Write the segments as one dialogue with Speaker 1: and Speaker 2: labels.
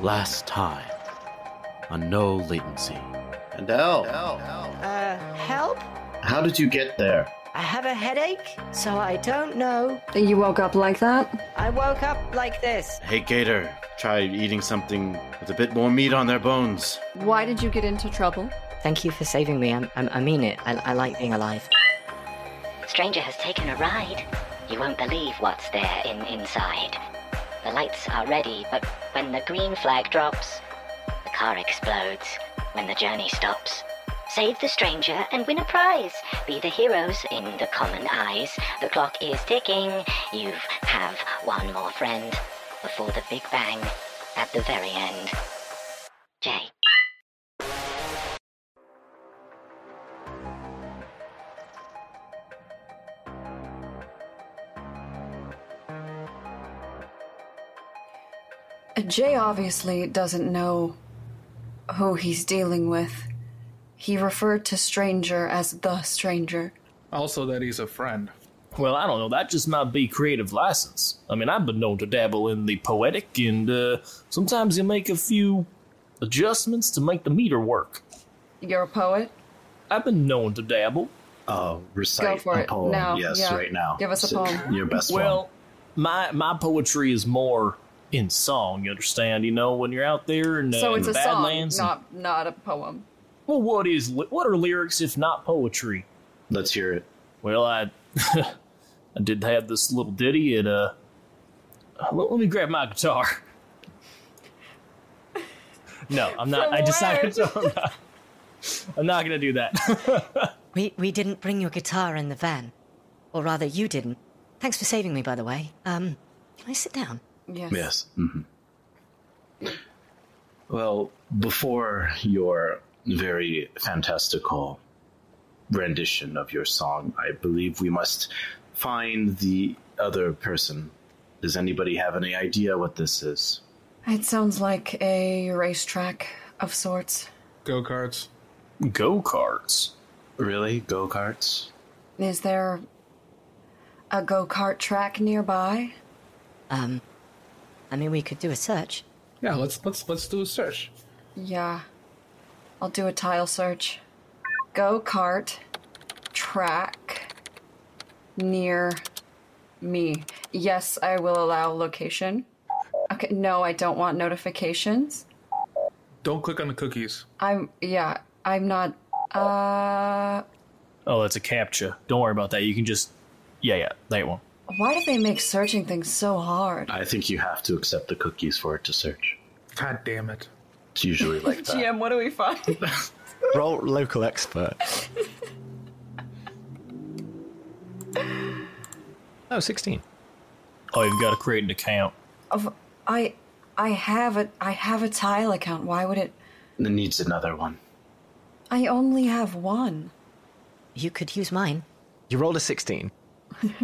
Speaker 1: last time on no latency.
Speaker 2: And L,
Speaker 3: Uh, help?
Speaker 2: how did you get there?
Speaker 3: I have a headache, so I don't know.
Speaker 4: You woke up like that?
Speaker 3: I woke up like this.
Speaker 1: Hey, Gator, try eating something with a bit more meat on their bones.
Speaker 4: Why did you get into trouble?
Speaker 3: Thank you for saving me. I'm, I'm, I mean it. I, I like being alive.
Speaker 5: Stranger has taken a ride. You won't believe what's there in inside. The lights are ready, but when the green flag drops, the car explodes when the journey stops. Save the stranger and win a prize. Be the heroes in the common eyes. The clock is ticking. You have one more friend before the big bang at the very end. Jay.
Speaker 4: Jay obviously doesn't know who he's dealing with. He referred to Stranger as the Stranger.
Speaker 6: Also, that he's a friend.
Speaker 7: Well, I don't know. That just might be creative license. I mean, I've been known to dabble in the poetic, and uh, sometimes you make a few adjustments to make the meter work.
Speaker 4: You're a poet?
Speaker 7: I've been known to dabble.
Speaker 2: Uh, recite
Speaker 4: Go for
Speaker 2: a
Speaker 4: it.
Speaker 2: poem.
Speaker 4: Now.
Speaker 2: Yes,
Speaker 4: Yeah.
Speaker 2: right now.
Speaker 4: Give us a
Speaker 2: Sit-
Speaker 4: poem.
Speaker 2: Your best
Speaker 7: Well, my my poetry is more in song. You understand? You know, when you're out there in, uh,
Speaker 4: so
Speaker 7: in
Speaker 4: it's
Speaker 7: the
Speaker 4: a song,
Speaker 7: Badlands. and-
Speaker 4: not not a poem.
Speaker 7: well, what is li- what are lyrics if not poetry?
Speaker 2: one. Let's hear it.
Speaker 7: Well, I I did have this little ditty. It uh, let, let me grab my guitar. No, I'm not. I
Speaker 4: From
Speaker 7: decided no, I'm not. I'm not gonna do that.
Speaker 3: We, we didn't bring your guitar in the van. Or rather, you didn't. Thanks for saving me, by the way. Um, can I sit down?
Speaker 4: Yes.
Speaker 2: Yes. Mm-hmm. hmm Well, before your very fantastical rendition of your song, I believe we must find the other person. Does anybody have any idea what this is?
Speaker 4: It sounds like a racetrack of sorts.
Speaker 6: Go karts.
Speaker 7: Go karts.
Speaker 2: Really? Go karts?
Speaker 4: Is there a go kart track nearby?
Speaker 3: Um, I mean, we could do a search.
Speaker 6: Yeah, let's let's let's do a search.
Speaker 4: Yeah. I'll do a tile search. Go kart track near me. Yes, I will allow location. Okay, no, I don't want notifications.
Speaker 6: Don't click on the cookies.
Speaker 4: I'm, yeah, I'm not. Uh,
Speaker 7: Oh, that's a captcha. Don't worry about that. You can just yeah, yeah, that one.
Speaker 4: why do they make searching things so hard?
Speaker 2: I think you have to accept the cookies for it to search.
Speaker 6: God damn it.
Speaker 2: It's usually like that.
Speaker 4: GM, what do we find?
Speaker 8: Roll local expert. Oh, 16.
Speaker 7: Oh, you've got to create an account.
Speaker 4: Of- I, I have a, I have a tile account. Why would it?
Speaker 2: It needs another one.
Speaker 4: I only have one.
Speaker 3: You could use mine.
Speaker 8: You rolled a 16,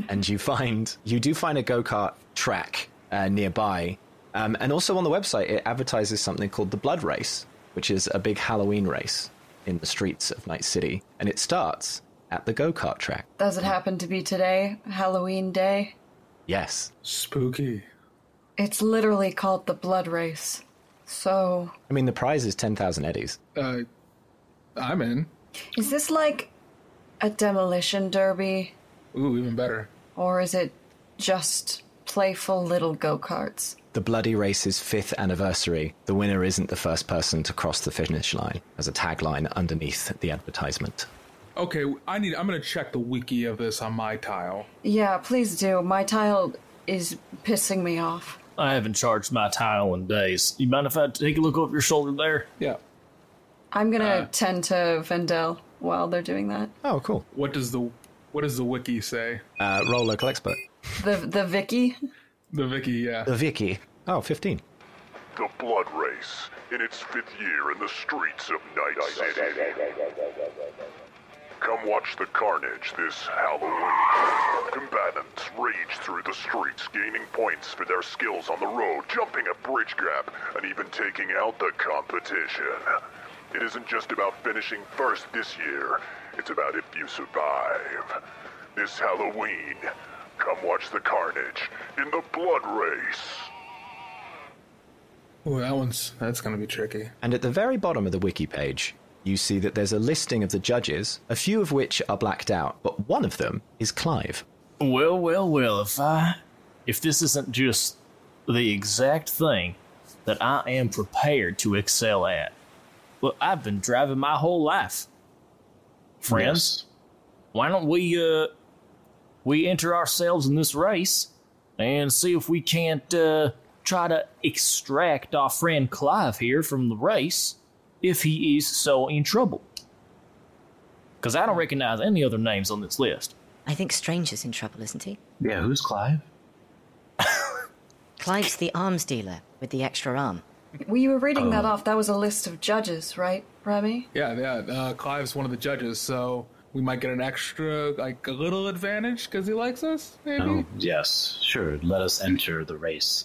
Speaker 8: and you find you do find a go kart track uh, nearby, um, and also on the website it advertises something called the Blood Race, which is a big Halloween race in the streets of Night City, and it starts at the go kart track.
Speaker 4: Does it happen to be today, Halloween day?
Speaker 8: Yes,
Speaker 6: Spooky.
Speaker 4: It's literally called the Blood Race. So,
Speaker 8: I mean the prize is ten thousand eddies.
Speaker 6: Uh, I'm in.
Speaker 4: is this like a demolition derby,
Speaker 6: Ooh, even better.
Speaker 4: or is it just playful little go karts?
Speaker 8: The Bloody Race's fifth anniversary. The winner isn't the first person to cross the finish line, as a tagline underneath the advertisement.
Speaker 6: Okay, I need. I'm gonna check the wiki of this on my tile.
Speaker 4: Yeah, please do. My tile is pissing me off.
Speaker 7: I haven't charged my tile in days. You mind if I take a look over your shoulder there?
Speaker 6: Yeah.
Speaker 4: I'm gonna
Speaker 6: Uh.
Speaker 4: tend to Vendel while they're doing that.
Speaker 8: Oh, cool.
Speaker 6: What does the What does the wiki say?
Speaker 8: Uh, roll local expert.
Speaker 4: The the Vicky.
Speaker 6: The wiki, yeah.
Speaker 8: The Vicky. Oh, 15.
Speaker 9: The Blood Race, in its fifth year in the streets of Night City. Come watch the carnage this Halloween. Combatants rage through the streets, gaining points for their skills on the road, jumping a bridge gap, and even taking out the competition. It isn't just about finishing first this year, it's about if you survive. This Halloween, come watch the carnage in the Blood Race.
Speaker 6: Ooh, that one's that's gonna be tricky.
Speaker 8: And at the very bottom of the wiki page, you see that there's a listing of the judges, a few of which are blacked out, but one of them is Clive.
Speaker 7: Well, well, well, if I. If this isn't just the exact thing that I am prepared to excel at. Look, I've been driving my whole life. Friends, why don't we, uh. We enter ourselves in this race and see if we can't, uh. Try to extract our friend Clive here from the race if he is so in trouble. Because I don't recognize any other names on this list.
Speaker 3: I think Stranger's in trouble, isn't he?
Speaker 2: Yeah, who's Clive?
Speaker 3: Clive's the arms dealer with the extra arm.
Speaker 4: Well, you were reading
Speaker 6: Oh.
Speaker 4: that off. That was a list of judges, right, Remy?
Speaker 6: Yeah, yeah. Uh, Clive's one of the judges, so we might get an extra, like a little advantage because he likes us. Maybe.
Speaker 2: Oh, yes, sure. Let us enter the race.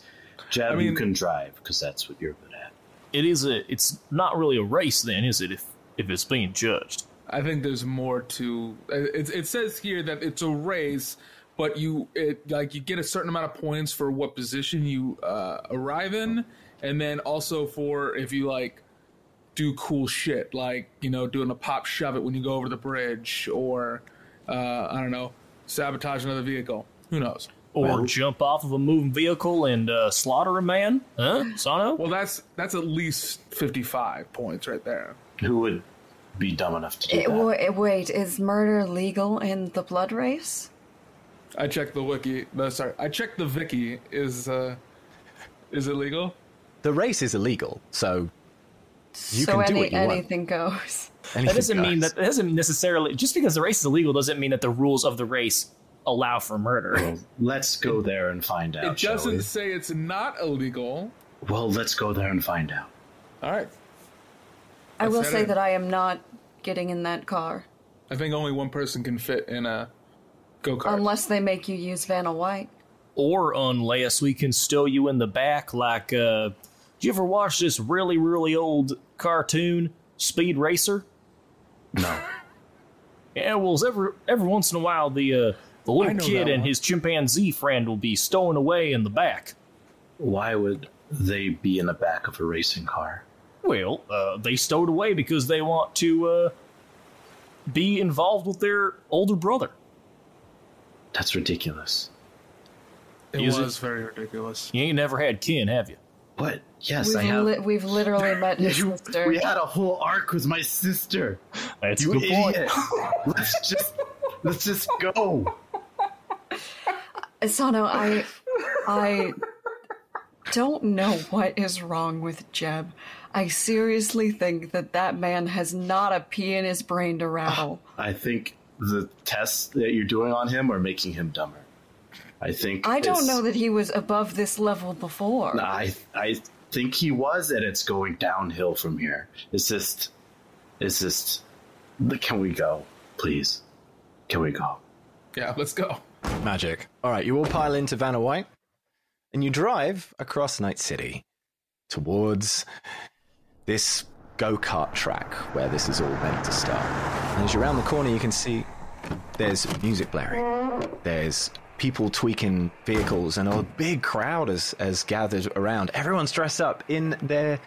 Speaker 2: Jab,
Speaker 6: I
Speaker 2: you
Speaker 6: mean-
Speaker 2: can drive because that's what you're good at.
Speaker 7: It is a. It's not really a race, then, is it? If if it's being judged,
Speaker 6: I think there's more to. It, it says here that it's a race, but you it like you get a certain amount of points for what position you uh, arrive in, and then also for if you like do cool shit, like you know doing a pop shove it when you go over the bridge, or uh, I don't know, sabotage another vehicle. Who knows?
Speaker 7: or jump off of a moving vehicle and uh, slaughter a man, huh, Sano?
Speaker 6: Well, that's that's at least fifty-five points right there.
Speaker 2: Who would be dumb enough to do
Speaker 4: It,
Speaker 2: that?
Speaker 4: wa- it- wait, is murder legal in the blood race?
Speaker 6: I checked the wiki. No, sorry, I checked the Vicky. Is uh, is it legal?
Speaker 8: The race is illegal, so You
Speaker 4: so
Speaker 8: can do
Speaker 4: any,
Speaker 8: what you want.
Speaker 4: anything goes.
Speaker 8: anything
Speaker 7: That doesn't mean
Speaker 8: goes.
Speaker 7: that, that doesn't necessarily just because the race is illegal doesn't mean that the rules of the race allow for murder.
Speaker 2: Let's go there and find out.
Speaker 6: It
Speaker 2: shall
Speaker 6: doesn't
Speaker 2: we?
Speaker 6: say it's not illegal.
Speaker 2: Well, let's go there and find out.
Speaker 6: All right.
Speaker 4: I will
Speaker 6: said
Speaker 4: say
Speaker 6: it.
Speaker 4: that I am not getting in that car
Speaker 6: I think only one person can fit in a go kart.
Speaker 4: unless they make you use Vanna White.
Speaker 7: or unless we can stow you in the back, like uh, did you ever watch this really really old cartoon Speed Racer?
Speaker 2: No.
Speaker 7: Yeah, well, every every once in a while, the uh, the little
Speaker 6: know
Speaker 7: kid
Speaker 6: that
Speaker 7: and
Speaker 6: one.
Speaker 7: his chimpanzee friend will be stolen away in the back.
Speaker 2: Why would they be in the back of a racing car?
Speaker 7: Well, uh, they stowed away because they want to uh, be involved with their older brother.
Speaker 2: That's ridiculous.
Speaker 6: it
Speaker 7: use
Speaker 6: was very ridiculous.
Speaker 7: You ain't never had kin, have you?
Speaker 2: What? Yes,
Speaker 4: We've,
Speaker 2: I have.
Speaker 4: li- we've literally met his
Speaker 2: You-
Speaker 4: sister.
Speaker 2: we had a whole arc with my sister.
Speaker 7: That's
Speaker 2: You
Speaker 7: a good
Speaker 2: idiot.
Speaker 7: point.
Speaker 2: let's just let's just go.
Speaker 4: Asano, Uh, I, I don't know what is wrong with Jeb. I seriously think that that man has not a pea in his brain to rattle.
Speaker 2: I think the tests that you're doing on him are making him dumber. I think
Speaker 4: I don't
Speaker 2: it's-
Speaker 4: know that he was above this level before.
Speaker 2: I I think he was, and it's going downhill from here. It's just, it's just. Can we go, please? Can we go?
Speaker 6: Yeah, let's go.
Speaker 8: Magic. All right, you all pile into Vanna White, and you drive across Night City towards this go kart track where this is all meant to start. And as you're around the corner, you can see there's music blaring, there's people tweaking vehicles, and a big crowd has, has gathered around. Everyone's dressed up in their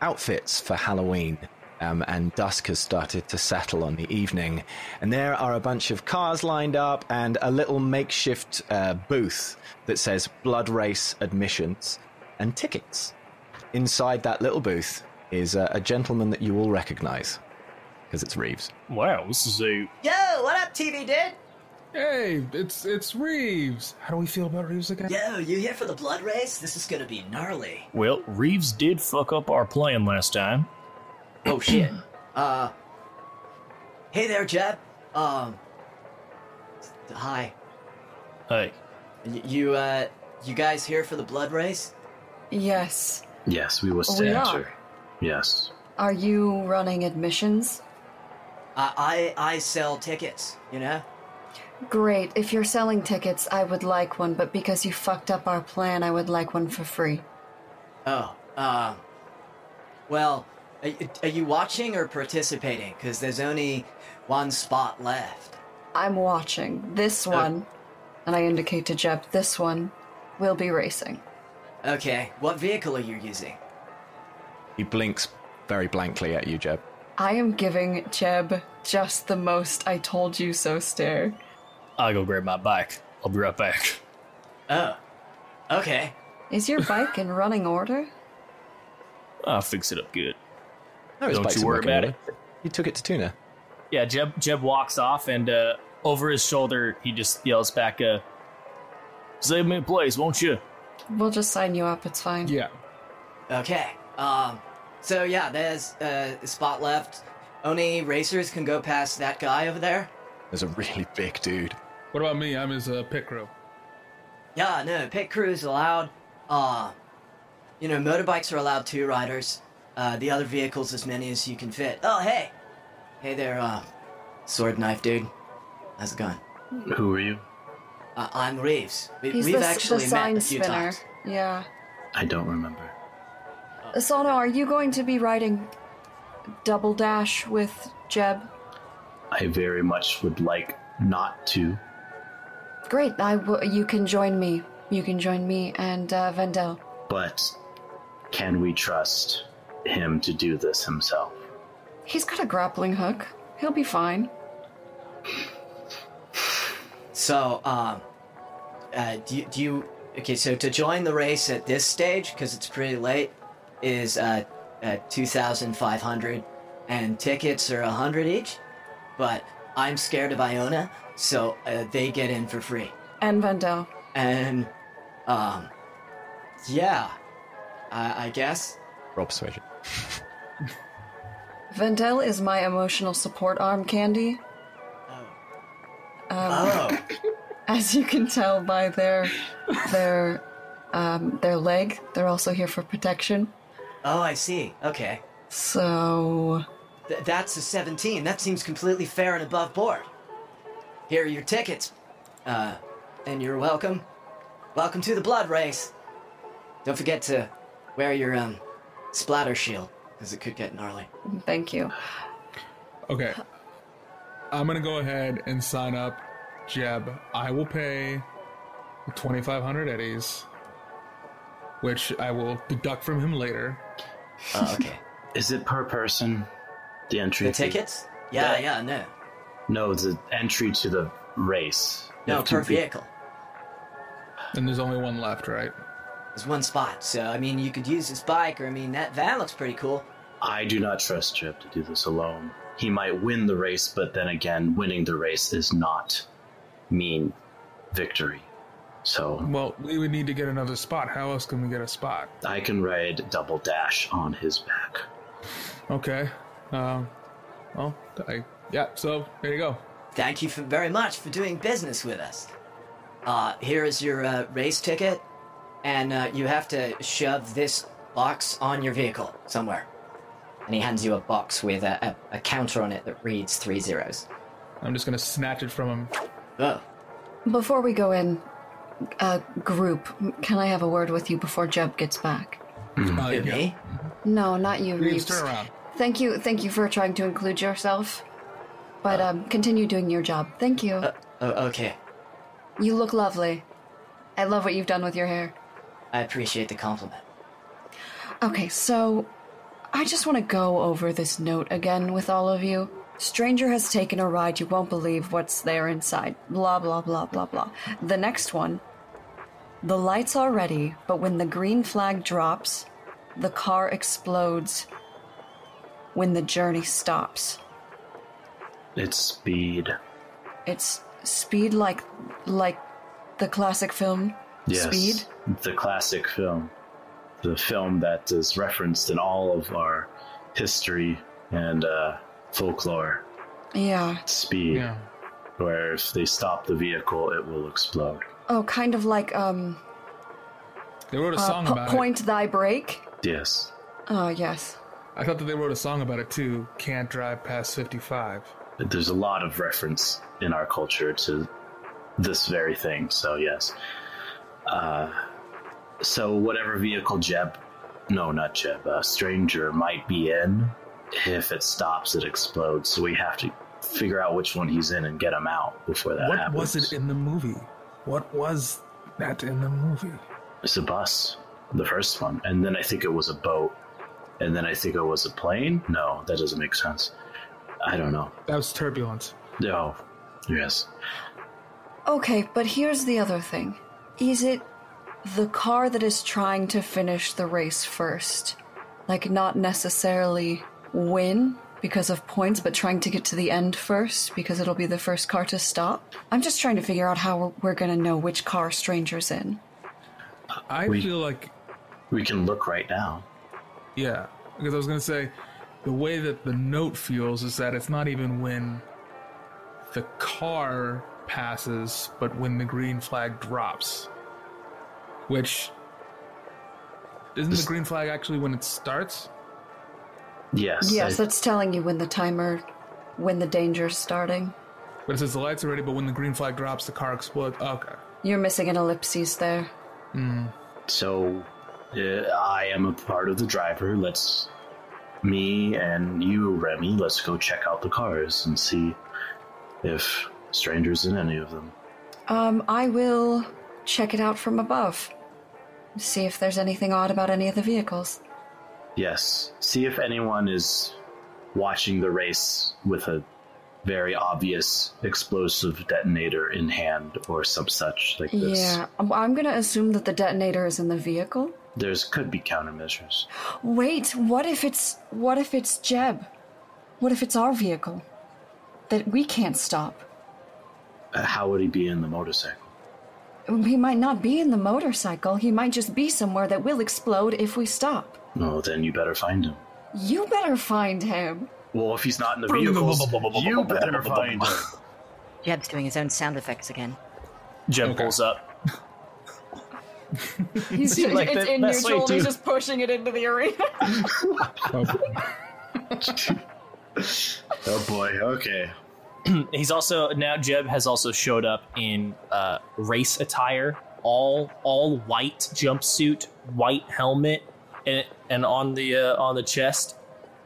Speaker 8: outfits for Halloween. Um, and dusk has started to settle on the evening. And there are a bunch of cars lined up and a little makeshift uh, booth that says Blood Race Admissions and Tickets. Inside that little booth is uh, a gentleman that you all recognize because it's Reeves.
Speaker 7: Wow, this is a
Speaker 10: Yo, what up, TV dude?
Speaker 6: Hey, it's it's Reeves. How do we feel about Reeves again?
Speaker 10: Yo, you here for the blood race? This is gonna be gnarly.
Speaker 7: well. Reeves did fuck up our plan last time.
Speaker 10: Oh shit. Uh, hey there, Jeb. Um, hi.
Speaker 7: Hey,
Speaker 10: Y- you uh, you guys here for the blood race?
Speaker 4: yes.
Speaker 2: Yes,
Speaker 10: Oh,
Speaker 2: we will
Speaker 4: We
Speaker 2: stand
Speaker 4: are.
Speaker 2: here. Yes.
Speaker 4: Are you running admissions?
Speaker 10: I I I sell tickets. You know.
Speaker 4: Great. If you're selling tickets, I would like one, but because you fucked up our plan, I would like one for free.
Speaker 10: Oh. Um. Well, are, y- are you watching or participating? Cause there's only one spot left.
Speaker 4: I'm watching. This one, and I indicate to Jeb, this one will be racing.
Speaker 10: Okay. What vehicle are you using?
Speaker 8: He blinks very blankly at you, Jeb.
Speaker 4: I am giving Jeb just the most I told you so stare.
Speaker 7: I go grab my bike. I'll be right back.
Speaker 10: Oh. Okay.
Speaker 4: Is your bike in running order?
Speaker 7: I'll fix it up good.
Speaker 8: No, his
Speaker 7: Don't
Speaker 8: bike's
Speaker 7: you
Speaker 8: in
Speaker 7: worry
Speaker 8: working
Speaker 7: about
Speaker 8: order. You took it to Tuna.
Speaker 7: Yeah, Jeb Jeb walks off and uh, over his shoulder he just yells back, uh, "Save me a place, won't you?"
Speaker 4: We'll just sign you up, it's fine.
Speaker 6: Yeah.
Speaker 10: Okay. Um. So yeah, there's uh, a spot left. Only racers can go past that guy over there.
Speaker 8: There's a really big dude.
Speaker 6: What about me? I'm his uh, pit crew.
Speaker 10: Yeah, no, pit crews allowed. Uh, you know, motorbikes are allowed two riders. Uh, the other vehicles as many as you can fit. Oh, hey, hey there, uh, sword knife dude. How's it going?
Speaker 2: Who are you?
Speaker 10: Uh, I'm Reeves. We,
Speaker 4: He's
Speaker 10: we've
Speaker 4: the,
Speaker 10: actually
Speaker 4: the
Speaker 10: met
Speaker 4: sign
Speaker 10: a few
Speaker 4: spinner.
Speaker 10: times.
Speaker 4: Yeah.
Speaker 2: I don't remember.
Speaker 4: Asano, are you going to be riding double dash with Jeb?
Speaker 2: I very much would like not to.
Speaker 4: Great. I w- you can join me. You can join me and uh, Vendel.
Speaker 2: But can we trust him to do this himself?
Speaker 4: He's got a grappling hook. He'll be fine.
Speaker 10: So, um, uh, do, you- do you? Okay, so to join the race at this stage, because it's pretty late, is uh, uh, two thousand five hundred, and tickets are a hundred each. But I'm scared of Iona, so uh, they get in for free.
Speaker 4: And Vendel.
Speaker 10: And, um, yeah, I, I guess.
Speaker 8: Rob persuasion.
Speaker 4: Vendel is my emotional support arm candy. Um,
Speaker 10: Oh,
Speaker 4: As you can tell by their their um, their leg, they're also here for protection.
Speaker 10: oh, I see. Okay,
Speaker 4: So
Speaker 10: Th- that's a seventeen. That seems completely fair and above board. Here are your tickets, uh, and you're welcome. Welcome to the blood race. Don't forget to wear your um splatter shield, because it could get gnarly.
Speaker 4: thank you.
Speaker 6: Okay. I'm gonna go ahead and sign up Jeb. I will pay 2,500 eddies, which I will deduct from him later.
Speaker 10: Oh, okay.
Speaker 2: Is it per person? The entry
Speaker 10: the
Speaker 2: fee?
Speaker 10: tickets? Yeah, yeah, no,
Speaker 2: No, the entry to the race. You
Speaker 10: no
Speaker 2: have to
Speaker 10: per
Speaker 2: be-
Speaker 10: vehicle.
Speaker 6: And there's only one left, right?
Speaker 10: There's one spot, so I mean, you could use this bike, or I mean, that van looks pretty cool.
Speaker 2: I do not trust Jeb to do this alone. He might win the race, but then again, winning the race does not mean victory. So
Speaker 6: Well, we would need to get another spot. How else can we get a spot?
Speaker 2: I can ride double dash on his back.
Speaker 6: Okay. Um. Well, I yeah. So there you go.
Speaker 10: Thank you for very much for doing business with us. Uh, here is your uh, race ticket, and uh, you have to shove this box on your vehicle somewhere. And he hands you a box with a, a, a counter on it that reads three zeros.
Speaker 6: I'm just gonna snatch it from him.
Speaker 10: Oh,
Speaker 4: Before we go in, uh, group, can I have a word with you before Jeb gets back?
Speaker 6: Uh,
Speaker 10: who,
Speaker 6: yeah.
Speaker 10: me?
Speaker 4: No, not you,
Speaker 6: Reeves,
Speaker 4: Reeves.
Speaker 6: turn around.
Speaker 4: Thank you, thank you for trying to include yourself.
Speaker 6: Uh.
Speaker 4: But um, continue doing your job. Thank you.
Speaker 10: Oh, okay.
Speaker 4: you look lovely. I love what you've done with your hair.
Speaker 10: I appreciate the compliment.
Speaker 4: Okay, so I just want to go over this note again with all of you. Stranger has taken a ride. You won't believe what's there inside. Blah, blah, blah, blah, blah. The next one. The lights are ready, but when the green flag drops, the car explodes when the journey stops.
Speaker 2: It's speed.
Speaker 4: It's speed like like the classic film
Speaker 2: Yes.
Speaker 4: Speed.
Speaker 2: The classic film. The film that is referenced in all of our history and uh, folklore.
Speaker 4: Yeah.
Speaker 2: Speed.
Speaker 6: Yeah.
Speaker 2: Where if they stop the vehicle, it will explode.
Speaker 4: Oh, kind of like um
Speaker 6: They wrote a
Speaker 4: uh,
Speaker 6: song
Speaker 4: po-
Speaker 6: about it.
Speaker 4: point thy brake.
Speaker 2: Yes.
Speaker 4: Oh, yes.
Speaker 6: I thought that they wrote a song about it too. Can't drive past 55.
Speaker 2: But there's a lot of reference in our culture to this very thing, so yes. Uh, so, whatever vehicle Jeb, no, not Jeb, a stranger might be in, if it stops, it explodes. So, we have to figure out which one he's in and get him out before that
Speaker 6: what
Speaker 2: happens.
Speaker 6: was it in the movie? What was that in the movie?
Speaker 2: It's a bus, the first one. And then I think it was a boat. And then I think I was a plane? No, that doesn't make sense. I don't know.
Speaker 6: That was turbulence.
Speaker 2: No. Yes.
Speaker 4: Okay, but here's the other thing. Is it the car that is trying to finish the race first? Like, not necessarily win because of points, but trying to get to the end first because it'll be the first car to stop? I'm just trying to figure out how we're, we're going to know which car Stranger's in.
Speaker 6: I
Speaker 2: We-
Speaker 6: feel like
Speaker 2: We can look right now.
Speaker 6: Yeah, because I was gonna say, the way that the note feels is that it's not even when the car passes, but when the green flag drops. Which isn't the
Speaker 2: This-
Speaker 6: green flag actually when it starts?
Speaker 2: Yes.
Speaker 4: Yes,
Speaker 2: I-
Speaker 4: that's telling you when the timer, when the danger's starting.
Speaker 6: But it says the lights are ready, but when the green flag drops, the car explodes. Okay.
Speaker 4: You're missing an ellipses there.
Speaker 2: So uh, I am a part of the driver. Let's, me and you, Remy, let's go check out the cars and see if strangers in any of them.
Speaker 4: Um, I will check it out from above. See if there's anything odd about any of the vehicles.
Speaker 2: Yes. See if anyone is watching the race with a very obvious explosive detonator in hand or some such like this.
Speaker 4: Yeah, I'm, I'm gonna assume that the detonator is in the vehicle.
Speaker 2: There's could be countermeasures.
Speaker 4: Wait, what if it's what if it's Jeb? What if it's our vehicle that we can't stop?
Speaker 2: Uh, How would he be in the motorcycle?
Speaker 4: He might not be in the motorcycle. He might just be somewhere that will explode if we stop.
Speaker 2: Well, Oh, then you better find him.
Speaker 4: You better find him.
Speaker 2: Well, if he's not in the vehicles, you better find him.
Speaker 3: Jeb's doing his own sound effects again.
Speaker 7: Jeb pulls up.
Speaker 4: He's
Speaker 7: Seemed like
Speaker 4: it's
Speaker 7: that-
Speaker 4: in
Speaker 7: that's
Speaker 4: neutral.
Speaker 7: way
Speaker 4: And he's
Speaker 7: too-
Speaker 4: just pushing it into the arena.
Speaker 8: Mm-hmm.
Speaker 2: Oh boy. Okay.
Speaker 7: He's also now Jeb has also showed up in uh, race attire, all all white jumpsuit, white helmet, and and on the uh, on the chest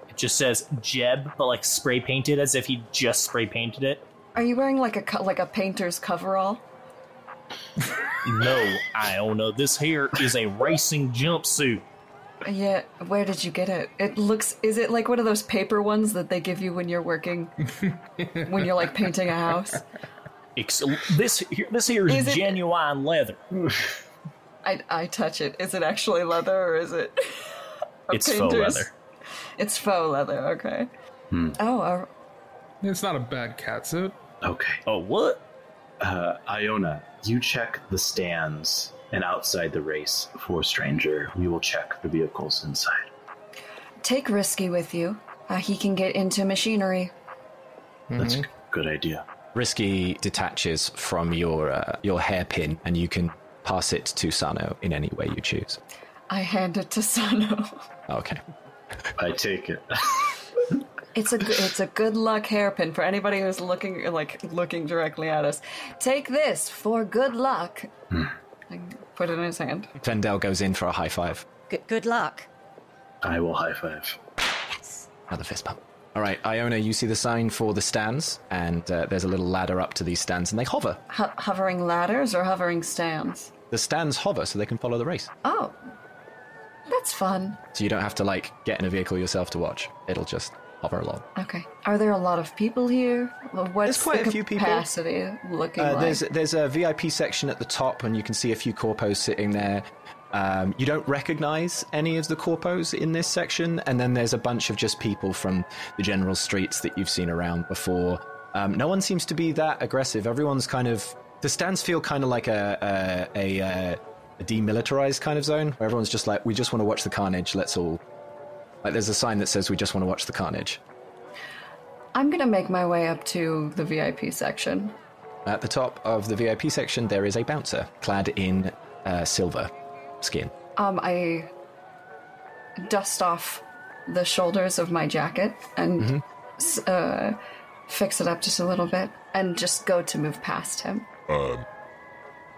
Speaker 7: it just says Jeb, but like spray painted as if he just spray painted it.
Speaker 4: Are you wearing like a co- like a painter's coverall?
Speaker 7: No, I don't know. This here is a racing jumpsuit.
Speaker 4: Yeah, where did you get it? It looks is it like one of those paper ones that they give you when you're working when you're like painting a house?
Speaker 7: Ex- This here, this here is,
Speaker 4: Is it-
Speaker 7: genuine leather.
Speaker 4: I I touch it. Is it actually leather or is it a
Speaker 7: It's faux
Speaker 4: painter's-
Speaker 7: leather.
Speaker 4: It's faux leather, okay.
Speaker 8: Hmm.
Speaker 4: Oh, uh,
Speaker 6: It's not a bad catsuit.
Speaker 2: Okay.
Speaker 7: Oh what?
Speaker 2: Uh, Iona, you check the stands and outside the race for stranger. We will check the vehicles inside.
Speaker 4: take Risky with you. Uh, he can get into machinery.
Speaker 2: That's a g- good idea.
Speaker 8: Risky detaches from your uh, your hairpin, and you can pass it to Sano in any way you choose. Oh,
Speaker 4: I hand it to Sano.
Speaker 8: Okay.
Speaker 2: I take it.
Speaker 4: It's a g- it's a good luck hairpin for anybody who's looking like looking directly at us. Take this for good luck.
Speaker 7: Hmm.
Speaker 4: And put it in his hand.
Speaker 8: Vendel goes in for a high five.
Speaker 3: Good good luck.
Speaker 2: I will high five.
Speaker 8: Another fist bump. All right, Iona, you see the sign for the stands, and uh, there's a little ladder up to these stands, and they hover.
Speaker 4: Ho- hovering ladders or hovering stands?
Speaker 8: The stands hover so they can follow the race.
Speaker 4: Oh, that's fun.
Speaker 8: So you don't have to, like, get in a vehicle yourself to watch. It'll just hover along.
Speaker 4: Okay. Are there a lot of people here? Well, What's
Speaker 8: quite
Speaker 4: the
Speaker 8: a few people.
Speaker 4: capacity looking
Speaker 8: Uh,
Speaker 4: like?
Speaker 8: there's there's a VIP section at the top, and you can see a few corpos sitting there. Um, you don't recognize any of the corpos in this section, and then there's a bunch of just people from the general streets that you've seen around before. Um, no one seems to be that aggressive. Everyone's kind of the stands feel kind of like a a, a, uh, a demilitarized kind of zone where everyone's just like, we just want to watch the carnage. Let's all like. There's a sign that says we just want to watch the carnage.
Speaker 4: I'm gonna make my way up to the VIP section.
Speaker 8: At the top of the VIP section, there is a bouncer clad in uh, silver skin.
Speaker 4: Um, I dust off the shoulders of my jacket and
Speaker 8: Mm-hmm.
Speaker 4: s- uh, fix it up just a little bit, and just go to move past him.
Speaker 9: Um,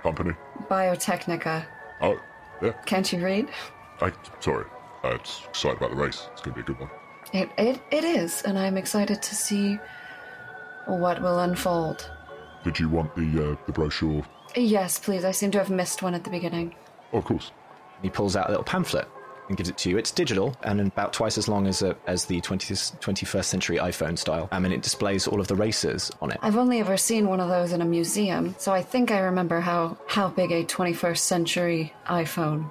Speaker 9: Company?
Speaker 4: Biotechnica.
Speaker 9: Oh, yeah.
Speaker 4: Can't you read?
Speaker 9: I, sorry. I'm just excited about the race. It's going to be a good one.
Speaker 4: It, it it is, and I'm excited to see what will unfold.
Speaker 9: Did you want the uh, the brochure?
Speaker 4: Yes, please. I seem to have missed one at the beginning.
Speaker 9: Oh, of course.
Speaker 8: He pulls out a little pamphlet and gives it to you. It's digital and about twice as long as a, as the 20th, 21st century iPhone style. Um, and it displays all of the races on it.
Speaker 4: I've only ever seen one of those in a museum, so I think I remember how, how big a 21st century iPhone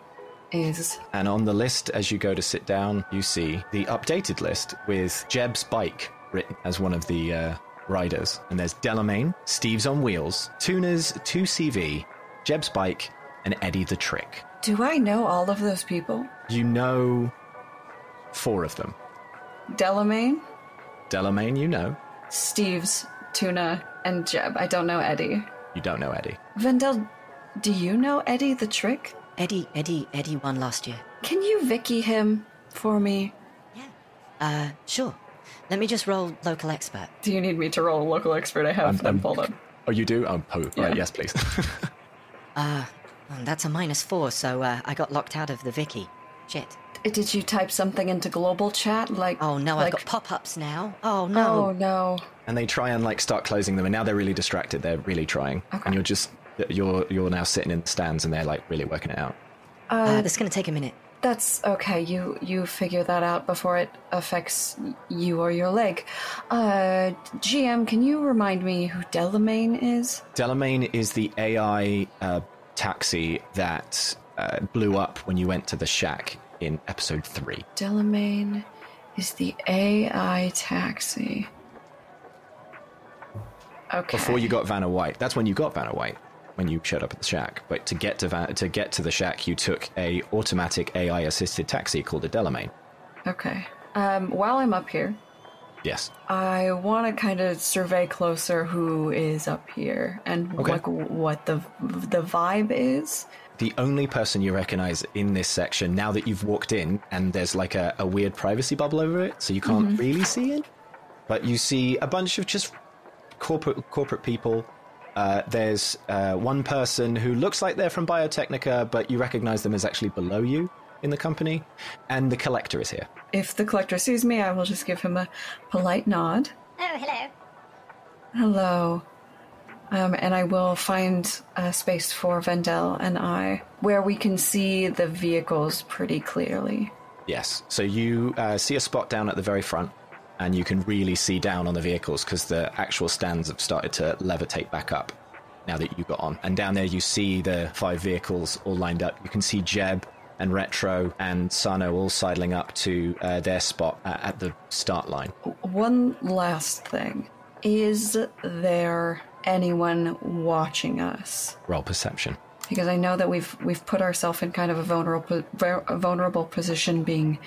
Speaker 4: is.
Speaker 8: And on the list, as you go to sit down, you see the updated list with Jeb's bike written as one of the uh, riders. And there's Delamain, Steve's on Wheels, Tuners 2CV, Jeb's bike, and Eddie the Trick.
Speaker 4: Do I know all of those people?
Speaker 8: You know four of them.
Speaker 4: Delamain,
Speaker 8: Delamain, you know.
Speaker 4: Steve's, Tuna, and Jeb. I don't know Eddie.
Speaker 8: You don't know Eddie.
Speaker 4: Vendel, do you know Eddie the trick?
Speaker 3: Eddie, Eddie, Eddie won last year.
Speaker 4: Can you Vicky him for me?
Speaker 3: Yeah. Uh, sure. Let me just roll local expert.
Speaker 4: Do you need me to roll a local expert? I have them pulled up.
Speaker 8: Oh, you do? Um, oh, right, yes, please.
Speaker 3: Um, that's a minus four, so uh, I got locked out of the Vicky. Shit.
Speaker 4: Did you type something into global chat? Like
Speaker 3: Oh no,
Speaker 4: like,
Speaker 3: I've got pop-ups now. Oh
Speaker 4: Oh
Speaker 3: no.
Speaker 4: no.
Speaker 8: and they try and like start closing them, and now they're really distracted. They're really trying,
Speaker 4: Okay.
Speaker 8: and you're just you're you're now sitting in the stands, and they're like really working it out.
Speaker 3: Uh, this is gonna take a minute.
Speaker 4: That's okay. You you figure that out before it affects you or your leg. Uh, GM, can you remind me who Delamain is?
Speaker 8: Delamain is the AI uh, taxi that uh, blew up when you went to the shack in episode three.
Speaker 4: Delamain is the AI taxi. Okay.
Speaker 8: Before you got Vanna White, that's when you got Vanna White when you showed up at the shack. But to get to Van- to get to the shack, you took a automatic AI assisted taxi called a Delamain.
Speaker 4: Okay. Um, while I'm up here,
Speaker 8: Yes.
Speaker 4: I want to kind of survey closer who is up here and
Speaker 8: Okay.
Speaker 4: like what the the vibe is.
Speaker 8: the only person you recognize in this section now that you've walked in and there's like a, a weird privacy bubble over it so you can't really see it but you see a bunch of just corporate corporate people uh, there's uh, one person who looks like they're from biotechnica but you recognize them as actually below you in the company and the collector is here
Speaker 4: If the collector sees me, I will just give him a polite nod.
Speaker 5: Oh, hello.
Speaker 4: Hello. Um, and I will find a space for Vendel and I where we can see the vehicles pretty clearly.
Speaker 8: yes so you uh, see a spot down at the very front and you can really see down on the vehicles because the actual stands have started to levitate back up now that you got on. And down there, you see the five vehicles all lined up. You can see Jeb and Retro and Sano all sidling up to uh, their spot uh, at the start line.
Speaker 4: One last thing is there anyone watching us?
Speaker 8: Roll perception.
Speaker 4: Because I know that we've we've put ourselves in kind of a vulnerable a vulnerable position, being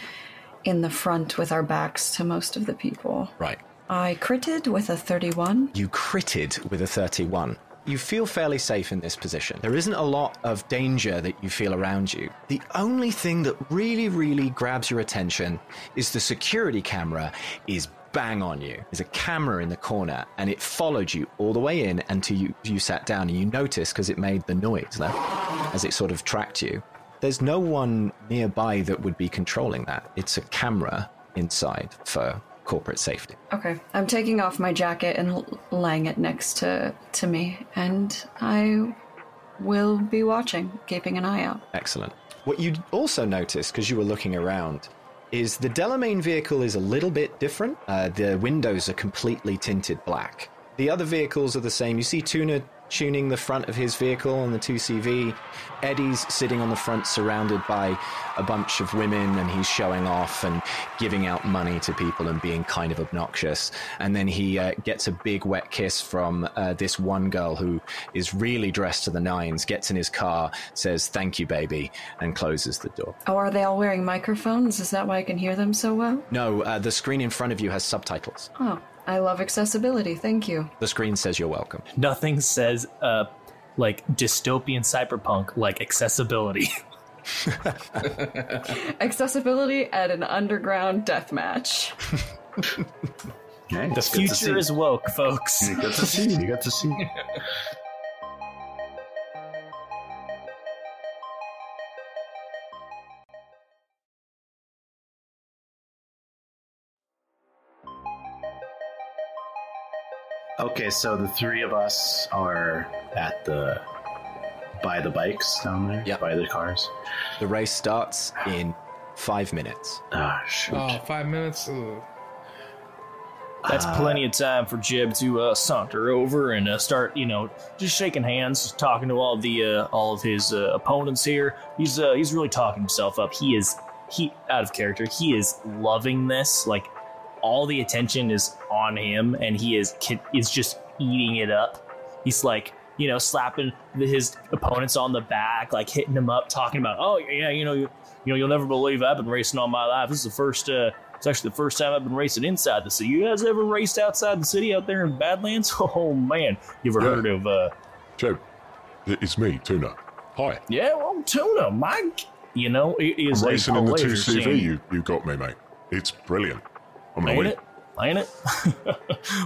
Speaker 4: in the front with our backs to most of the people.
Speaker 8: Right.
Speaker 4: I critted with a thirty-one.
Speaker 8: You critted with a 31. You feel fairly safe in this position. There isn't a lot of danger that you feel around you. The only thing that really, really grabs your attention is the security camera is bang on you. There's a camera in the corner and it followed you all the way in until you, you sat down and you noticed because it made the noise there as it sort of tracked you. There's no one nearby that would be controlling that. It's a camera inside for corporate safety.
Speaker 4: Okay, I'm taking off my jacket and l- laying it next to to me, and I will be watching, keeping an eye out.
Speaker 8: Excellent. What you also noticed, because you were looking around, is the Delamain vehicle is a little bit different. Uh, the windows are completely tinted black. The other vehicles are the same. You see Tuna tuning the front of his vehicle on the 2CV. Eddie's sitting on the front, surrounded by a bunch of women, and he's showing off and giving out money to people and being kind of obnoxious. And then he uh, gets a big wet kiss from uh, this one girl who is really dressed to the nines, gets in his car, says, Thank you, baby, and closes the door.
Speaker 4: Oh, are they all wearing microphones? Is that why I can hear them so well?
Speaker 8: No, uh, the screen in front of you has subtitles.
Speaker 4: Oh, I love accessibility. Thank you.
Speaker 8: The screen says, You're welcome.
Speaker 7: Nothing says uh like dystopian cyberpunk like accessibility.
Speaker 4: Accessibility at an underground death match.
Speaker 2: Hey, it's
Speaker 7: the
Speaker 2: good to see
Speaker 7: future is woke, folks.
Speaker 2: You got to see. You got to see. Okay, so the three of us are at the by the bikes down there,
Speaker 8: Yep.
Speaker 2: by the cars.
Speaker 8: The race starts in five minutes.
Speaker 2: Ah, shoot.
Speaker 6: Oh, five minutes. Ugh.
Speaker 7: That's
Speaker 2: Uh,
Speaker 7: plenty of time for Jeb to uh, saunter over and uh, start, you know, just shaking hands, just talking to all the uh, all of his uh, opponents here. He's uh, he's really talking himself up. He is he out of character. He is loving this. Like all the attention is on him, and he is ki- is just eating it up. He's like, you know, slapping the- his opponents on the back, like hitting them up, talking about, oh yeah, you know, you, you know, you'll never believe I've been racing all my life. This is the first. Uh, it's actually the first time I've been racing inside the city. You guys ever raced outside the city out there in Badlands? Oh man, you ever
Speaker 9: Yeah.
Speaker 7: heard of? uh
Speaker 9: Joe, it- it's me, Tuna. Hi.
Speaker 7: Yeah, well, tuna, Mike. You know, it is a
Speaker 9: Racing in the
Speaker 7: pleasure
Speaker 9: 2CV
Speaker 7: seeing-
Speaker 9: you, you got me, mate. It's brilliant. I'm gonna
Speaker 7: Ain't
Speaker 9: leave.
Speaker 7: it? Ain't it? well,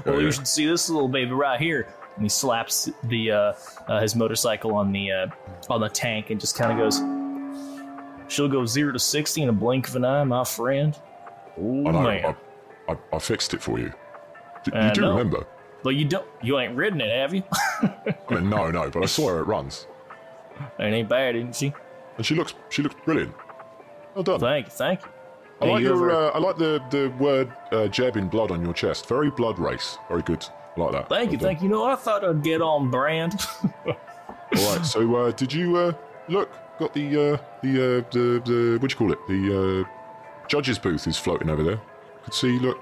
Speaker 9: Oh, yeah.
Speaker 7: you should see this little baby right here. And he slaps the uh, uh, his motorcycle on the uh, on the tank and just kind of goes. She'll go zero to sixty in a blink of an eye, my friend. Oh
Speaker 9: I know,
Speaker 7: man!
Speaker 9: I, I, I fixed it for you. D-
Speaker 7: I
Speaker 9: you do
Speaker 7: know.
Speaker 9: remember?
Speaker 7: But you don't, you ain't ridden it, have you?
Speaker 9: I mean, no, no, but I saw how it runs,
Speaker 7: it ain't bad, isn't she?
Speaker 9: and she looks she looks brilliant. Well done.
Speaker 7: Thank you, thank you.
Speaker 9: I
Speaker 7: Hey,
Speaker 9: like
Speaker 7: you
Speaker 9: your
Speaker 7: ever-
Speaker 9: uh, I like the the word uh, Jeb in blood on your chest. Very blood race. Very good. I like that.
Speaker 7: Thank you, thank you. You know, I thought I'd get on brand.
Speaker 9: you. All right. So uh, did you uh, look? Got the uh, the uh, the the what do you call it? The uh, judges booth is floating over there. Could see. Look.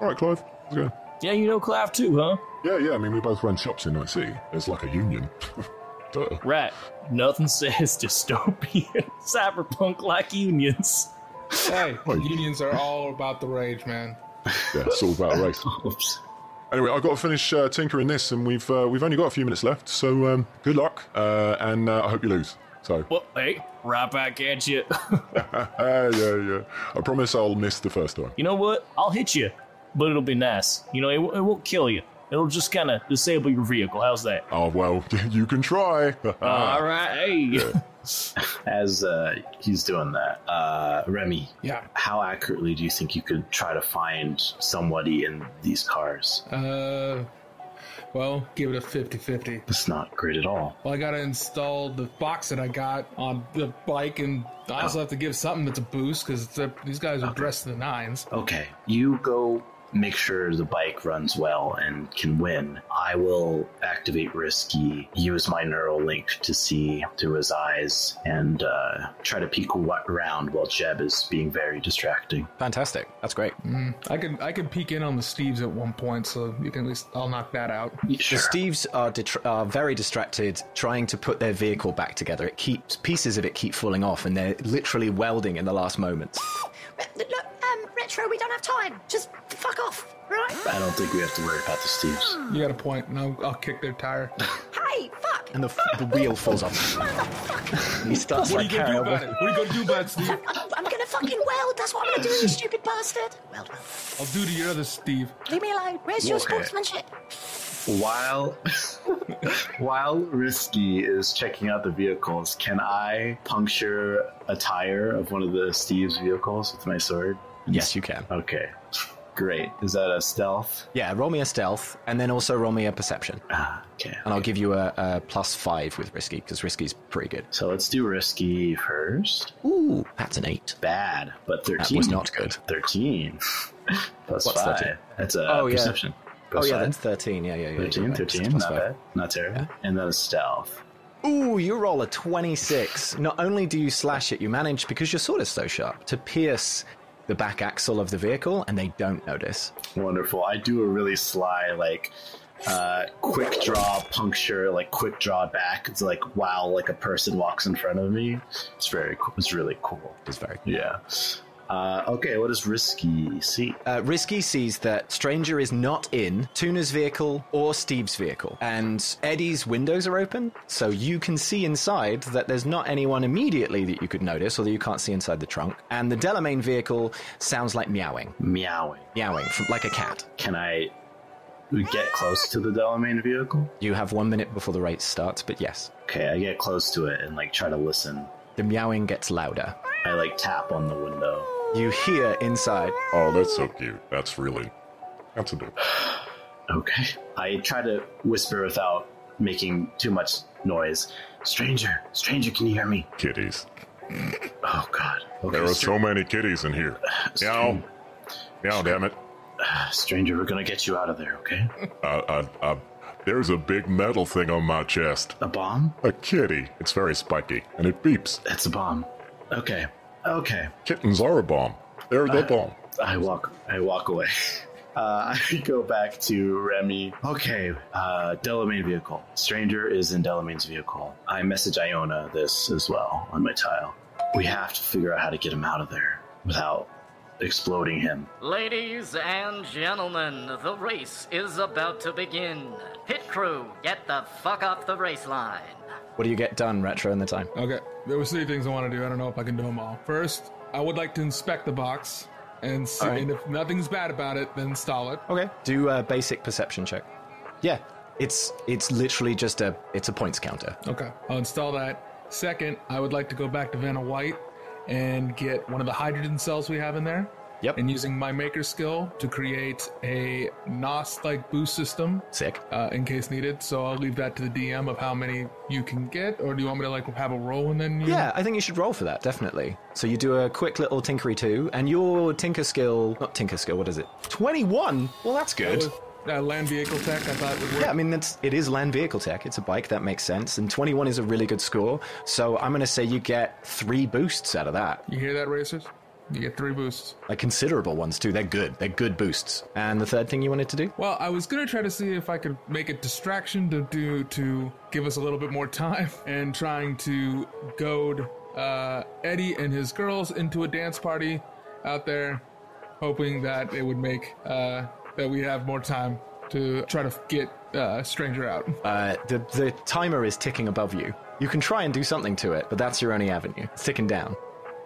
Speaker 9: All right, Clive. Let's go.
Speaker 7: yeah, you know Clive too, huh?
Speaker 9: Yeah, yeah. I mean, we both run shops in Night City. It's like a union. Duh.
Speaker 7: Right. Nothing says dystopian cyberpunk like unions.
Speaker 6: Hey,
Speaker 9: Oh, you-
Speaker 6: unions are all about the rage, man.
Speaker 9: Yeah, it's all about race. Anyway, I've got to finish uh, tinkering this, and we've uh, we've only got a few minutes left. So um, good luck, uh, and uh, I hope you lose. So
Speaker 7: Well, hey, right back at you.
Speaker 9: yeah, yeah. I promise I'll miss the first time.
Speaker 7: you know what? I'll hit you, but it'll be nice. You know, it, w- it won't kill you. It'll just kind of disable your vehicle. How's that?
Speaker 9: Oh well, you can try.
Speaker 7: All right. Hey.
Speaker 2: As uh, he's doing that, uh, Remy,
Speaker 6: Yeah.
Speaker 2: how accurately do you think you could try to find somebody in these cars?
Speaker 6: Uh, well, give it a 50 50.
Speaker 2: That's not great at all.
Speaker 6: Well, I gotta install the box that I got on the bike, and I also have to give something that's a boost because these guys are dressed in the nines.
Speaker 2: Okay, you go make sure the bike runs well and can win. I will activate Risky, use my neural link to see through his eyes, and uh, try to peek what round while Jeb is being very distracting.
Speaker 8: Fantastic. That's great.
Speaker 6: Mm, I can I can peek in on the Steves at one point, so you can at least I'll knock that out.
Speaker 2: Sure.
Speaker 8: The Steves are, detr are very distracted trying to put their vehicle back together. It keeps pieces of it keep falling off, and they're literally welding in the last moments.
Speaker 3: Look, um, Retro, we don't have time. Just fuck off, right?
Speaker 2: I don't think we have to worry about the Steves.
Speaker 6: You got a point, and I'll, I'll kick their tire.
Speaker 3: Hey, fuck!
Speaker 8: And the, f- the wheel falls off. he starts
Speaker 6: What are
Speaker 8: like
Speaker 6: you gonna do
Speaker 8: carrying
Speaker 6: about
Speaker 8: away.
Speaker 6: it? What are you gonna do about it, Steve?
Speaker 3: I'm, I'm gonna fucking weld. That's what I'm gonna do, you stupid bastard. Weld, weld.
Speaker 6: I'll do to your other Steve.
Speaker 3: Leave me alone. Where's your
Speaker 2: Okay.
Speaker 3: sportsmanship?
Speaker 2: While while Risky is checking out the vehicles, can I puncture a tire of one of the Steve's vehicles with my sword?
Speaker 8: Yes, you can.
Speaker 2: Okay. Great. Is that a stealth?
Speaker 8: Yeah, roll me a stealth, and then also roll me a perception.
Speaker 2: Ah, okay.
Speaker 8: And I'll give you a, a plus five with risky, because risky's pretty good.
Speaker 2: So let's do risky first.
Speaker 8: Ooh, that's an eight.
Speaker 2: Bad, but 13.
Speaker 8: That was not good.
Speaker 2: 13. Plus
Speaker 8: What's
Speaker 2: 5.
Speaker 8: 13?
Speaker 2: That's a
Speaker 8: Oh, yeah.
Speaker 2: perception.
Speaker 8: oh,
Speaker 2: Plus
Speaker 8: yeah,
Speaker 2: five.
Speaker 8: that's 13. Yeah, yeah, yeah. you're
Speaker 2: 13,
Speaker 8: right.
Speaker 2: 13.
Speaker 8: Plus
Speaker 2: Not
Speaker 8: five.
Speaker 2: bad. Not terrible. And then a stealth.
Speaker 8: Ooh, you roll a 26. Not only do you slash it, you manage, because your sword is so sharp, to pierce the back axle of the vehicle, and they don't notice.
Speaker 2: Wonderful. I do a really sly, like, uh, quick draw puncture, like quick draw back. It's like, wow, like a person walks in front of me. It's very cool. It's really cool.
Speaker 8: It's very good.
Speaker 2: Yeah. Uh, okay, what is risky? See,
Speaker 8: Uh, Risky sees that Stranger is not in Tuna's vehicle or Steve's vehicle, and Eddie's windows are open, so you can see inside that there's not anyone immediately that you could notice, or that you can't see inside the trunk. And the Delamain vehicle sounds like meowing,
Speaker 2: meowing.
Speaker 8: meowing from, like a cat.
Speaker 2: Can I get close to the Delamain vehicle?
Speaker 8: You have one minute before the race starts, but yes,
Speaker 2: Okay, I get close to it and like try to listen.
Speaker 8: the meowing gets louder.
Speaker 2: I like tap on the window.
Speaker 8: You hear inside.
Speaker 9: Oh, that's so cute. That's really that's a dope.
Speaker 2: Okay. I try to whisper without making too much noise. Stranger, stranger, can you hear me?
Speaker 9: Kitties.
Speaker 2: Oh God. Okay,
Speaker 9: There are
Speaker 2: sir. Uh,
Speaker 9: so many kitties in here. Meow. Meow, damn it.
Speaker 2: stranger, we're gonna get you out of there. Okay?
Speaker 9: Uh, uh, uh, there's a big metal thing on my chest.
Speaker 2: A bomb?
Speaker 9: A kitty. It's very spiky, and it beeps.
Speaker 2: That's a bomb. Okay. Okay.
Speaker 9: Kittens are a bomb. They're the bomb.
Speaker 2: Uh, I walk. I walk away. Uh, I go back to Remy. Okay, uh, Delamain vehicle. Stranger is in Delamain's vehicle. I message Iona this as well on my tile. We have to figure out how to get him out of there without exploding him.
Speaker 11: Ladies and gentlemen, the race is about to begin. Pit crew, get the fuck off the race line.
Speaker 8: What do you get done, Retro, in the time?
Speaker 6: Okay, there were three things I want to do. I don't know if I can do them all. First, I would like to inspect the box and see,
Speaker 8: Alright.
Speaker 6: and if nothing's bad about it, then stall it.
Speaker 8: Okay. Do a basic perception check. Yeah, it's it's literally just a it's a points counter.
Speaker 6: Okay, I'll install that. Second, I would like to go back to Vanna White and get one of the hydrogen cells we have in there.
Speaker 8: Yep.
Speaker 6: And using my maker skill to create a NOS like boost system
Speaker 8: Sick.
Speaker 6: uh, in case needed. So I'll leave that to the DM of how many you can get, or do you want me to like have a roll and then you?
Speaker 8: Yeah, I think you should roll for that, definitely. So you do a quick little tinkery two, and your tinker skill, not tinker skill, what is it? 21? Well, that's good.
Speaker 6: Uh, land vehicle tech, I thought would work.
Speaker 8: Yeah, I mean, that's, it is land vehicle tech. It's a bike, that makes sense. And 21 is a really good score. So I'm going to say you get three boosts out of that.
Speaker 6: You hear that, racers? You get three boosts.
Speaker 8: Like considerable ones, too. They're good. They're good boosts. And the third thing you wanted to do?
Speaker 6: Well, I was gonna try to see if I could make a distraction to do to give us a little bit more time and trying to goad uh, Eddie and his girls into a dance party out there, hoping that it would make uh, that we have more time to try to get uh, stranger out.
Speaker 8: Uh, the, the timer is ticking above you. You can try and do something to it, but that's your only avenue. It's ticking down.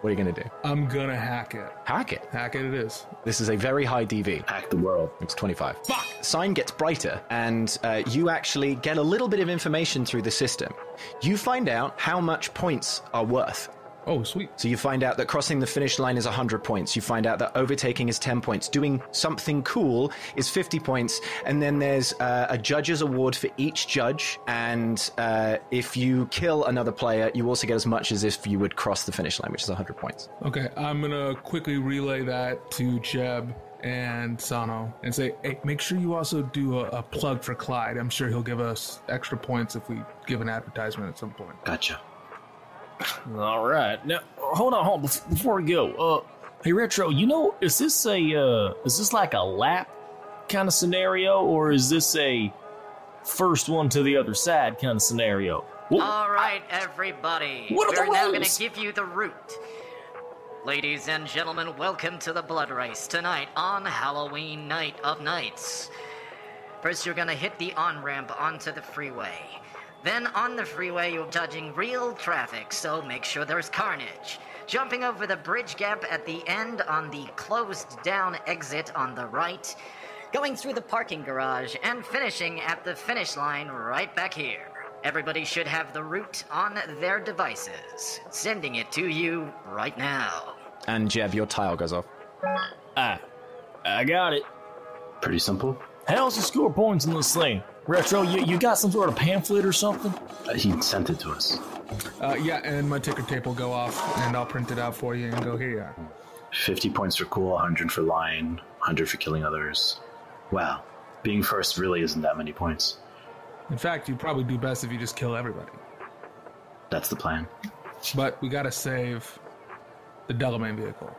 Speaker 8: What are you going to do?
Speaker 6: I'm gonna hack it.
Speaker 8: Hack it.
Speaker 6: Hack it. It is.
Speaker 8: This is a very high DV.
Speaker 2: Hack the world.
Speaker 8: It's 25. Fuck! Sign gets brighter, and uh, you actually get a little bit of information through the system. You find out how much points are worth.
Speaker 6: Oh, sweet.
Speaker 8: So you find out that crossing the finish line is 100 points. You find out that overtaking is 10 points. Doing something cool is 50 points. And then there's uh, a judge's award for each judge. And uh, if you kill another player, you also get as much as if you would cross the finish line, which is 100 points.
Speaker 6: Okay, I'm gonna quickly relay that to Jeb and Sano and say, hey, make sure you also do a, a plug for Clyde. I'm sure he'll give us extra points if we give an advertisement at some point.
Speaker 2: Gotcha.
Speaker 7: All right. Now, hold on, hold on. Bef- Before we go, uh, hey Retro, you know, is this a uh, is this like a lap kind of scenario, or is this a first one to the other side kind of scenario? Wha-
Speaker 11: All right, everybody.
Speaker 7: What are the
Speaker 11: We're now going
Speaker 7: rules?
Speaker 11: to give you the route. Ladies and gentlemen, welcome to the Blood Race tonight on Halloween night of nights. First, you're going to hit the on ramp onto the freeway. Then, on the freeway, you're dodging real traffic, so make sure there's carnage. Jumping over the bridge gap at the end on the closed down exit on the right, going through the parking garage, and finishing at the finish line right back here. Everybody should have the route on their devices. Sending it to you right now.
Speaker 8: And Jeb, your tile goes off.
Speaker 7: Ah, I got it.
Speaker 2: Pretty simple.
Speaker 7: How's the score points in this thing? Retro, you, you got some sort of pamphlet or something?
Speaker 2: Uh, he sent it to us.
Speaker 6: Uh, yeah, and my ticker tape will go off and I'll print it out for you and go, here you are.
Speaker 2: 50 points for cool, 100 for lying, 100 for killing others. Wow. Being first really isn't that many points.
Speaker 6: In fact, you probably do best if you just kill everybody.
Speaker 2: That's the plan.
Speaker 6: But we gotta save the Delamain vehicle.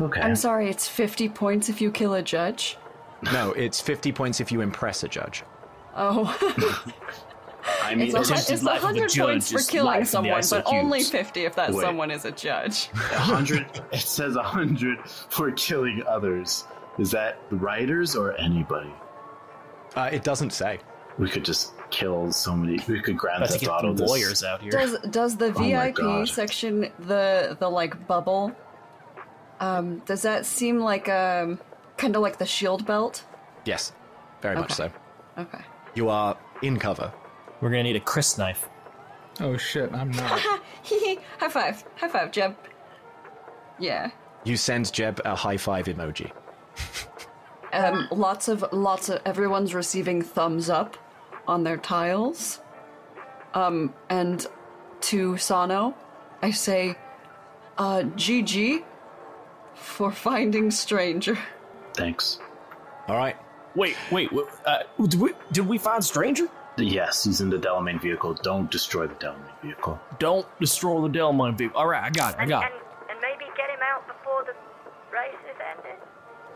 Speaker 2: Okay.
Speaker 4: I'm sorry, it's 50 points if you kill a judge?
Speaker 8: No, it's 50 points if you impress a judge.
Speaker 4: Oh.
Speaker 7: I
Speaker 4: It's, a,
Speaker 7: attempted
Speaker 4: hun- it's
Speaker 7: life of the
Speaker 4: 100 points
Speaker 7: judge
Speaker 4: for
Speaker 7: is
Speaker 4: killing
Speaker 7: life in the
Speaker 4: someone, but
Speaker 7: ICQs.
Speaker 4: only 50 if that
Speaker 2: Wait.
Speaker 4: someone is a judge.
Speaker 2: 100 it says 100 for killing others is that the writers or anybody
Speaker 8: Uh, it doesn't say.
Speaker 2: we could just kill so many we could grab
Speaker 7: About to
Speaker 2: that
Speaker 7: get
Speaker 2: auto
Speaker 7: the
Speaker 2: this-
Speaker 7: lawyers out here. Oh
Speaker 4: Does does the
Speaker 2: my
Speaker 4: VIP
Speaker 2: God.
Speaker 4: section the the like bubble? Um, does that seem like um kind of like the shield belt?
Speaker 8: Yes, very much so.
Speaker 4: Okay. Okay.
Speaker 8: You are in cover.
Speaker 7: We're gonna need a Chris knife.
Speaker 6: Oh shit, I'm not.
Speaker 4: Hee hee. High five. High five, Jeb. Yeah.
Speaker 8: You send Jeb a high five emoji.
Speaker 4: Um, lots of lots of everyone's receiving thumbs up on their tiles. Um, and to Sano, I say, Uh, GG for finding stranger.
Speaker 2: Thanks.
Speaker 8: All right.
Speaker 7: Wait, wait. wh- Uh, did we did we find stranger?
Speaker 2: Yes, he's in the Delamain vehicle. Don't destroy the Delamain vehicle.
Speaker 7: Don't destroy the Delmon people. All right, I got it. I
Speaker 12: And,
Speaker 7: got it.
Speaker 12: and, and maybe get him out before the race is ended.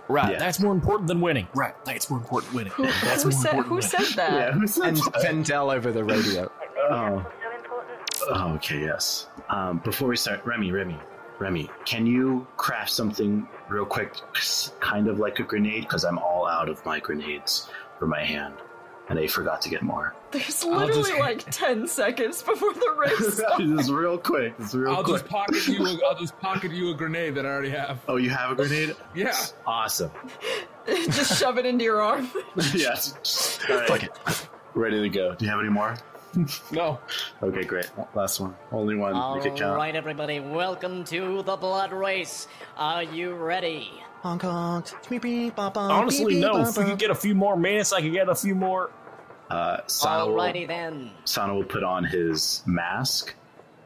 Speaker 7: Right,
Speaker 2: Yeah.
Speaker 7: that's more important than winning. Right, that's more important winning.
Speaker 4: Who,
Speaker 7: That's
Speaker 4: who
Speaker 7: more
Speaker 4: said,
Speaker 7: important
Speaker 4: who
Speaker 7: winning.
Speaker 4: said that?
Speaker 8: And Vendel over the radio.
Speaker 2: Oh,
Speaker 12: So important.
Speaker 2: okay, yes. Um, before we start, Remy, Remy, Remy, can you craft something real quick, s- kind of like a grenade? Because I'm all out of my grenades for my hand, and I forgot to get more.
Speaker 4: There's
Speaker 7: I'll
Speaker 4: literally
Speaker 7: just-
Speaker 4: like 10 seconds before the race starts.
Speaker 2: this is real quick. This is real
Speaker 6: I'll
Speaker 2: quick.
Speaker 6: just pocket you. A, I'll just pocket you a grenade that I already have.
Speaker 2: Oh, you have a grenade?
Speaker 6: Yeah.
Speaker 2: Awesome.
Speaker 4: Just shove it into your arm.
Speaker 2: yeah. All right.
Speaker 8: Fuck it.
Speaker 2: Ready to go. Do you have any more?
Speaker 6: No.
Speaker 2: Okay, great. Last one. Only one.
Speaker 11: All
Speaker 2: Make it count.
Speaker 11: right, everybody, welcome to the blood race. Are you ready?
Speaker 8: Hong Kong.
Speaker 7: Honestly,
Speaker 8: Honestly,
Speaker 7: no. If we could get a few more minutes, I could get a few more.
Speaker 2: Uh, Sana
Speaker 11: Alrighty
Speaker 2: will,
Speaker 11: then.
Speaker 2: Sana will put on his mask,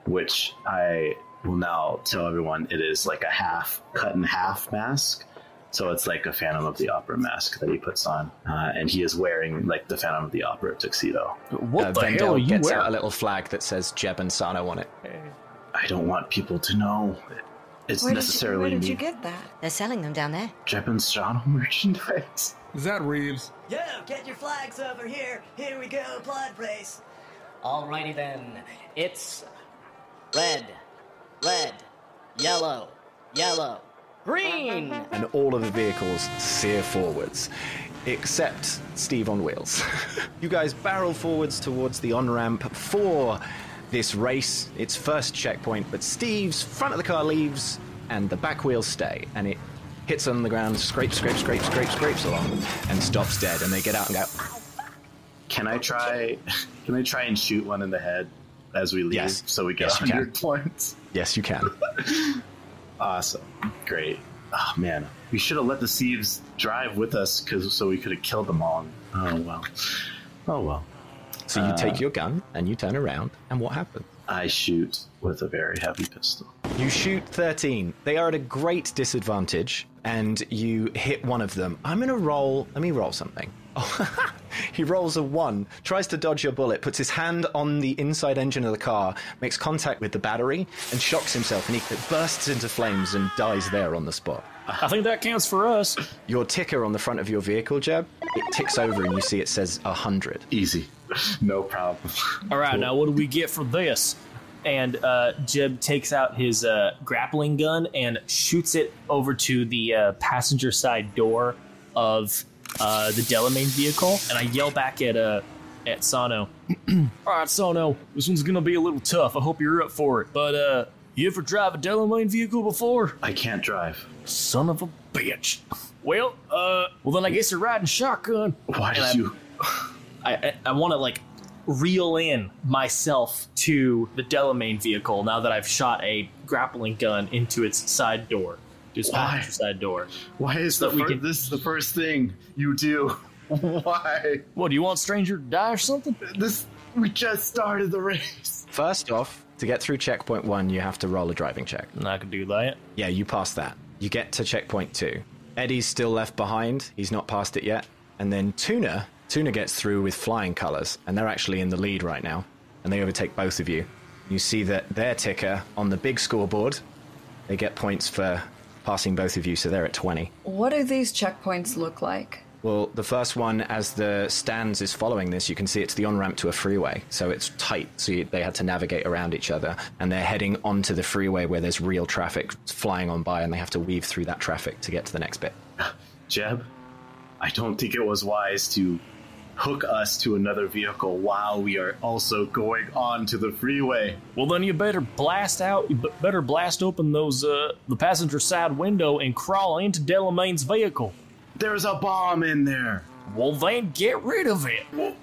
Speaker 2: which I will now tell everyone it is like a half cut in half mask. So it's like a Phantom of the Opera mask that he puts on, uh, and he is wearing like the Phantom of the Opera tuxedo.
Speaker 7: What
Speaker 8: uh,
Speaker 7: the
Speaker 8: Vendel
Speaker 7: hell are you
Speaker 8: gets out a
Speaker 7: wearing?
Speaker 8: little flag that says Jeb and Sano on it.
Speaker 2: I don't want people to know it's
Speaker 4: Where did, you, where
Speaker 2: necessarily
Speaker 4: did you
Speaker 2: me.
Speaker 4: get that?
Speaker 3: They're selling them down there.
Speaker 2: Japan's Sana merchandise.
Speaker 6: Is that Reeves?
Speaker 10: Yo, get your flags over here. Here we go, blood race.
Speaker 11: Alrighty then. It's red, red, yellow, yellow, green.
Speaker 8: And all of the vehicles sear forwards, except Steve on wheels. you guys barrel forwards towards the on ramp for this race, its first checkpoint, but Steve's front of the car leaves and the back wheels stay, and it hits on the ground, scrapes, scrapes, scrapes, scrapes, scrapes along, and stops dead, and they get out and go,
Speaker 2: Can I try? Can I try and shoot one in the head as we leave?
Speaker 8: Yes.
Speaker 2: So we get
Speaker 8: Yes, you can.
Speaker 2: hundred points.
Speaker 8: Yes, you can.
Speaker 2: Awesome. Great. Oh man, we should have let the thieves drive with us, cause so we could have killed them all. Oh well. Oh well. Uh,
Speaker 8: So you take your gun and you turn around, and what happens?
Speaker 2: I shoot with a very heavy pistol.
Speaker 8: You shoot 13. They are at a great disadvantage, and you hit one of them. I'm going to roll. Let me roll something. Oh, he rolls a 1, tries to dodge your bullet, puts his hand on the inside engine of the car, makes contact with the battery, and shocks himself, and he bursts into flames and dies there on the spot.
Speaker 7: I think that counts for us.
Speaker 8: Your ticker on the front of your vehicle, Jeb, it ticks over, and you see it says 100.
Speaker 2: Easy. No problem.
Speaker 7: All right, now what do we get for this? And uh, Jeb takes out his uh, grappling gun and shoots it over to the uh, passenger side door of uh, the Delamain vehicle. And I yell back at uh, at Sano. All right, Sano, this one's gonna be a little tough. I hope you're up for it. But uh, you ever drive a Delamain vehicle before?
Speaker 2: I can't drive.
Speaker 7: Son of a bitch. Well, uh, well then I guess you're riding shotgun.
Speaker 2: Why
Speaker 7: And I-
Speaker 2: did you?
Speaker 7: I, I, I want to like reel in myself to the Delamain vehicle now that I've shot a grappling gun into its side door, to its
Speaker 2: Why?
Speaker 7: passenger side door.
Speaker 2: Why is
Speaker 7: So
Speaker 2: the
Speaker 7: we
Speaker 2: fir-
Speaker 7: can-
Speaker 2: this is the first thing you do? Why?
Speaker 7: What do you want, stranger, to die or something?
Speaker 2: This we just started the race.
Speaker 8: First off, to get through checkpoint 1, you have to roll a driving check.
Speaker 7: And I can do that.
Speaker 8: Yeah, you pass that. You get to checkpoint two. Eddie's still left behind. He's not passed it yet. And then Tuna, Tuna gets through with flying colours, and they're actually in the lead right now. And they overtake both of you. You see that their ticker on the big scoreboard, they get points for passing both of you, so they're at 20.
Speaker 4: What do these checkpoints look like?
Speaker 8: Well, the first one, as the stands is following this, you can see it's the on ramp to a freeway. So it's tight, so you, they had to navigate around each other. And they're heading onto the freeway where there's real traffic flying on by, and they have to weave through that traffic to get to the next bit.
Speaker 2: Jeb, I don't think it was wise to hook us to another vehicle while we are also going on to the freeway.
Speaker 7: Well, then you better blast out. You b- better blast open those uh, the passenger side window and crawl into Delamain's vehicle.
Speaker 2: There's a bomb in there.
Speaker 7: Well, then get rid of it.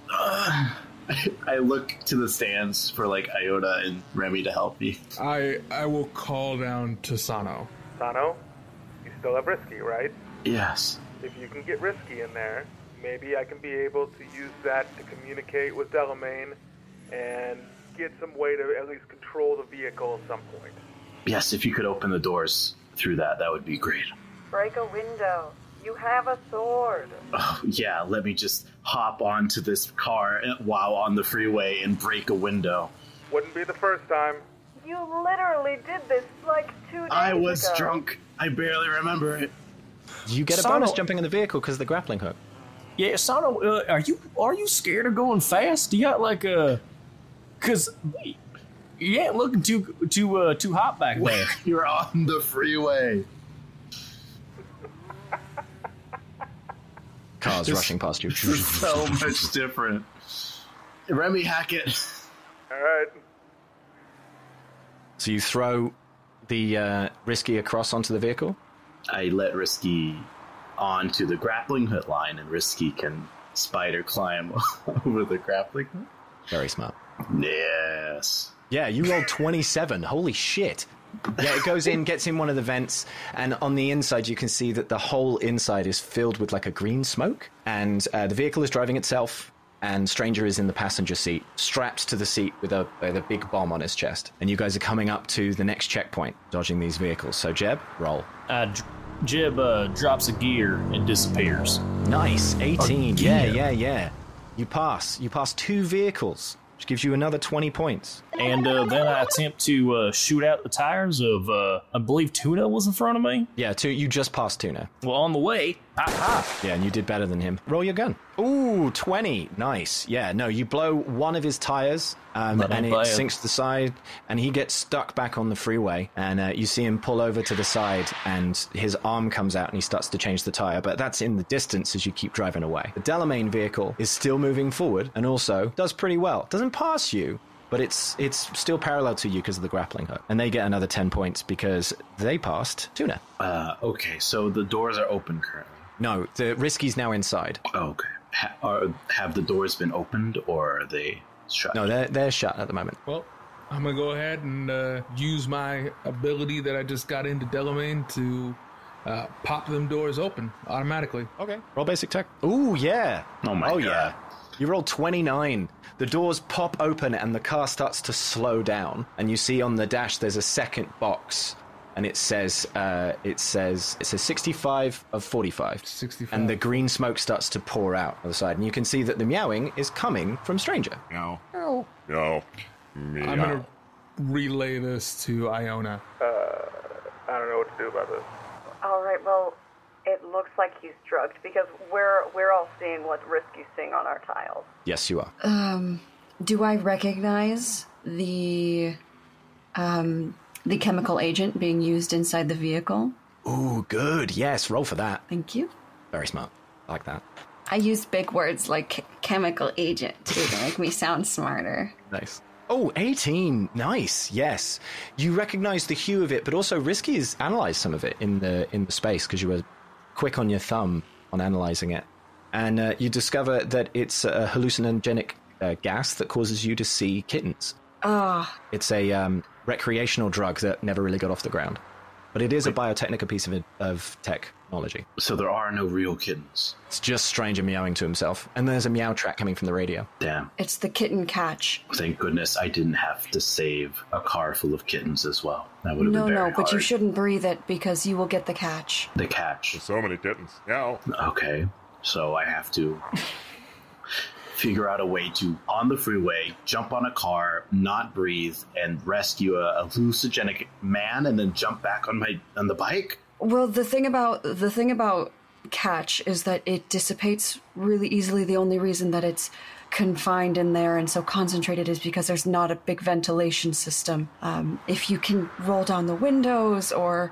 Speaker 2: I look to the stands for like Iota and Remy to help me.
Speaker 6: I I will call down to Sano.
Speaker 13: Sano, you still have Risky, right?
Speaker 2: Yes.
Speaker 13: If you can get Risky in there, maybe I can be able to use that to communicate with Delamain and get some way to at least control the vehicle at some point.
Speaker 2: Yes, if you could open the doors through that, that would be great.
Speaker 12: Break a window. You have a sword.
Speaker 2: Oh, yeah, let me just hop onto this car while on the freeway and break a window.
Speaker 13: Wouldn't be the first time.
Speaker 12: You literally did this like two days
Speaker 2: I was
Speaker 12: ago.
Speaker 2: drunk. I barely remember it.
Speaker 8: You get a
Speaker 7: Son
Speaker 8: bonus
Speaker 7: of-
Speaker 8: jumping in the vehicle because of the grappling hook.
Speaker 7: Yeah, Sano, uh, are you are you scared of going fast? Do you got like a, cause you ain't looking too too uh, too hot back there.
Speaker 2: You're on the freeway.
Speaker 8: Cars
Speaker 2: This-
Speaker 8: rushing past you.
Speaker 2: This is so much different. Remy Hackett.
Speaker 13: All right.
Speaker 8: So you throw the uh, risky across onto the vehicle.
Speaker 2: I let Risky onto the grappling hook line, and Risky can spider climb over the grappling hook.
Speaker 8: Very smart.
Speaker 2: Yes.
Speaker 8: Yeah, you rolled 27. Holy shit. Yeah, it goes in, gets in one of the vents, and on the inside, you can see that the whole inside is filled with like a green smoke. And uh, the vehicle is driving itself, and Stranger is in the passenger seat, strapped to the seat with a, with a big bomb on his chest. And you guys are coming up to the next checkpoint, dodging these vehicles. So, Jeb, roll.
Speaker 7: Uh, J- Jib uh, drops a gear and disappears.
Speaker 8: Nice, 18. Yeah,
Speaker 7: gear.
Speaker 8: yeah, yeah. You pass. You pass two vehicles, which gives you another 20 points.
Speaker 7: And uh, then I attempt to uh, shoot out the tires of, uh, I believe Tuna was in front of me.
Speaker 8: Yeah, two, you just passed Tuna.
Speaker 7: Well, on the way, pop, pop.
Speaker 8: Yeah, and you did better than him. Roll your gun. Ooh, 20. Nice. Yeah, no, you blow one of his tires um,
Speaker 7: Bloody
Speaker 8: and it
Speaker 7: player.
Speaker 8: sinks to the side, and he gets stuck back on the freeway. And uh, you see him pull over to the side, and his arm comes out and he starts to change the tire, but that's in the distance as you keep driving away. The Delamain vehicle is still moving forward and also does pretty well. Doesn't pass you. But it's it's still parallel to you because of the grappling hook, and they get another ten points because they passed Tuna.
Speaker 2: Uh, okay, so the doors are open currently.
Speaker 8: No, the Risky's now inside.
Speaker 2: Oh, okay. Ha- are, have the doors been opened or are they shut?
Speaker 8: No, they're they're shut at the moment.
Speaker 6: Well, I'm gonna go ahead and uh, use my ability that I just got into Delamain to uh, pop them doors open automatically.
Speaker 8: Okay. Roll basic tech. Ooh, yeah.
Speaker 2: Oh my
Speaker 8: oh,
Speaker 2: God.
Speaker 8: yeah. You roll 29. The doors pop open and the car starts to slow down. And you see on the dash there's a second box. And it says, uh, it says, it says 65 of 45.
Speaker 6: 65.
Speaker 8: And the green smoke starts to pour out on the side. And you can see that the meowing is coming from Stranger.
Speaker 9: No. No. No. Meow.
Speaker 6: I'm gonna relay this to Iona.
Speaker 13: Uh, I don't know what to do about this.
Speaker 12: All right. Well, it looks like he's drugged because we're we're all seeing what Risky's seeing on our tiles.
Speaker 8: Yes, you are.
Speaker 4: Um, do I recognize the um, the chemical agent being used inside the vehicle?
Speaker 8: Ooh, good. Yes, roll for that.
Speaker 4: Thank you.
Speaker 8: Very smart. Like that.
Speaker 4: I use big words like chemical agent too to make me sound smarter.
Speaker 8: Nice. Oh, 18. Nice. Yes. You recognize the hue of it, but also Risky has analyzed some of it in the in the space because you were quick on your thumb on analyzing it. And uh, you discover that it's a hallucinogenic uh, gas that causes you to see kittens.
Speaker 4: Ah,
Speaker 8: It's a um, recreational drug that never really got off the ground. But it is a biotechnical piece of, of technology.
Speaker 2: So there are no real kittens.
Speaker 8: It's just Stranger meowing to himself. And there's a meow track coming from the radio.
Speaker 2: Damn.
Speaker 4: it's the kitten catch.
Speaker 2: Thank goodness I didn't have to save a car full of kittens as well. That would have
Speaker 4: No,
Speaker 2: been
Speaker 4: no,
Speaker 2: very
Speaker 4: but you
Speaker 2: hard.
Speaker 4: shouldn't breathe it because you will get the catch.
Speaker 2: The catch.
Speaker 9: So many kittens. Now.
Speaker 2: Okay, so I have to figure out a way to, on the freeway, jump on a car, not breathe, and rescue a, a hallucinogenic man, and then jump back on my on the bike.
Speaker 4: Well, the thing about the thing about catch is that it dissipates really easily. The only reason that it's confined in there and so concentrated is because there's not a big ventilation system. Um, if you can roll down the windows or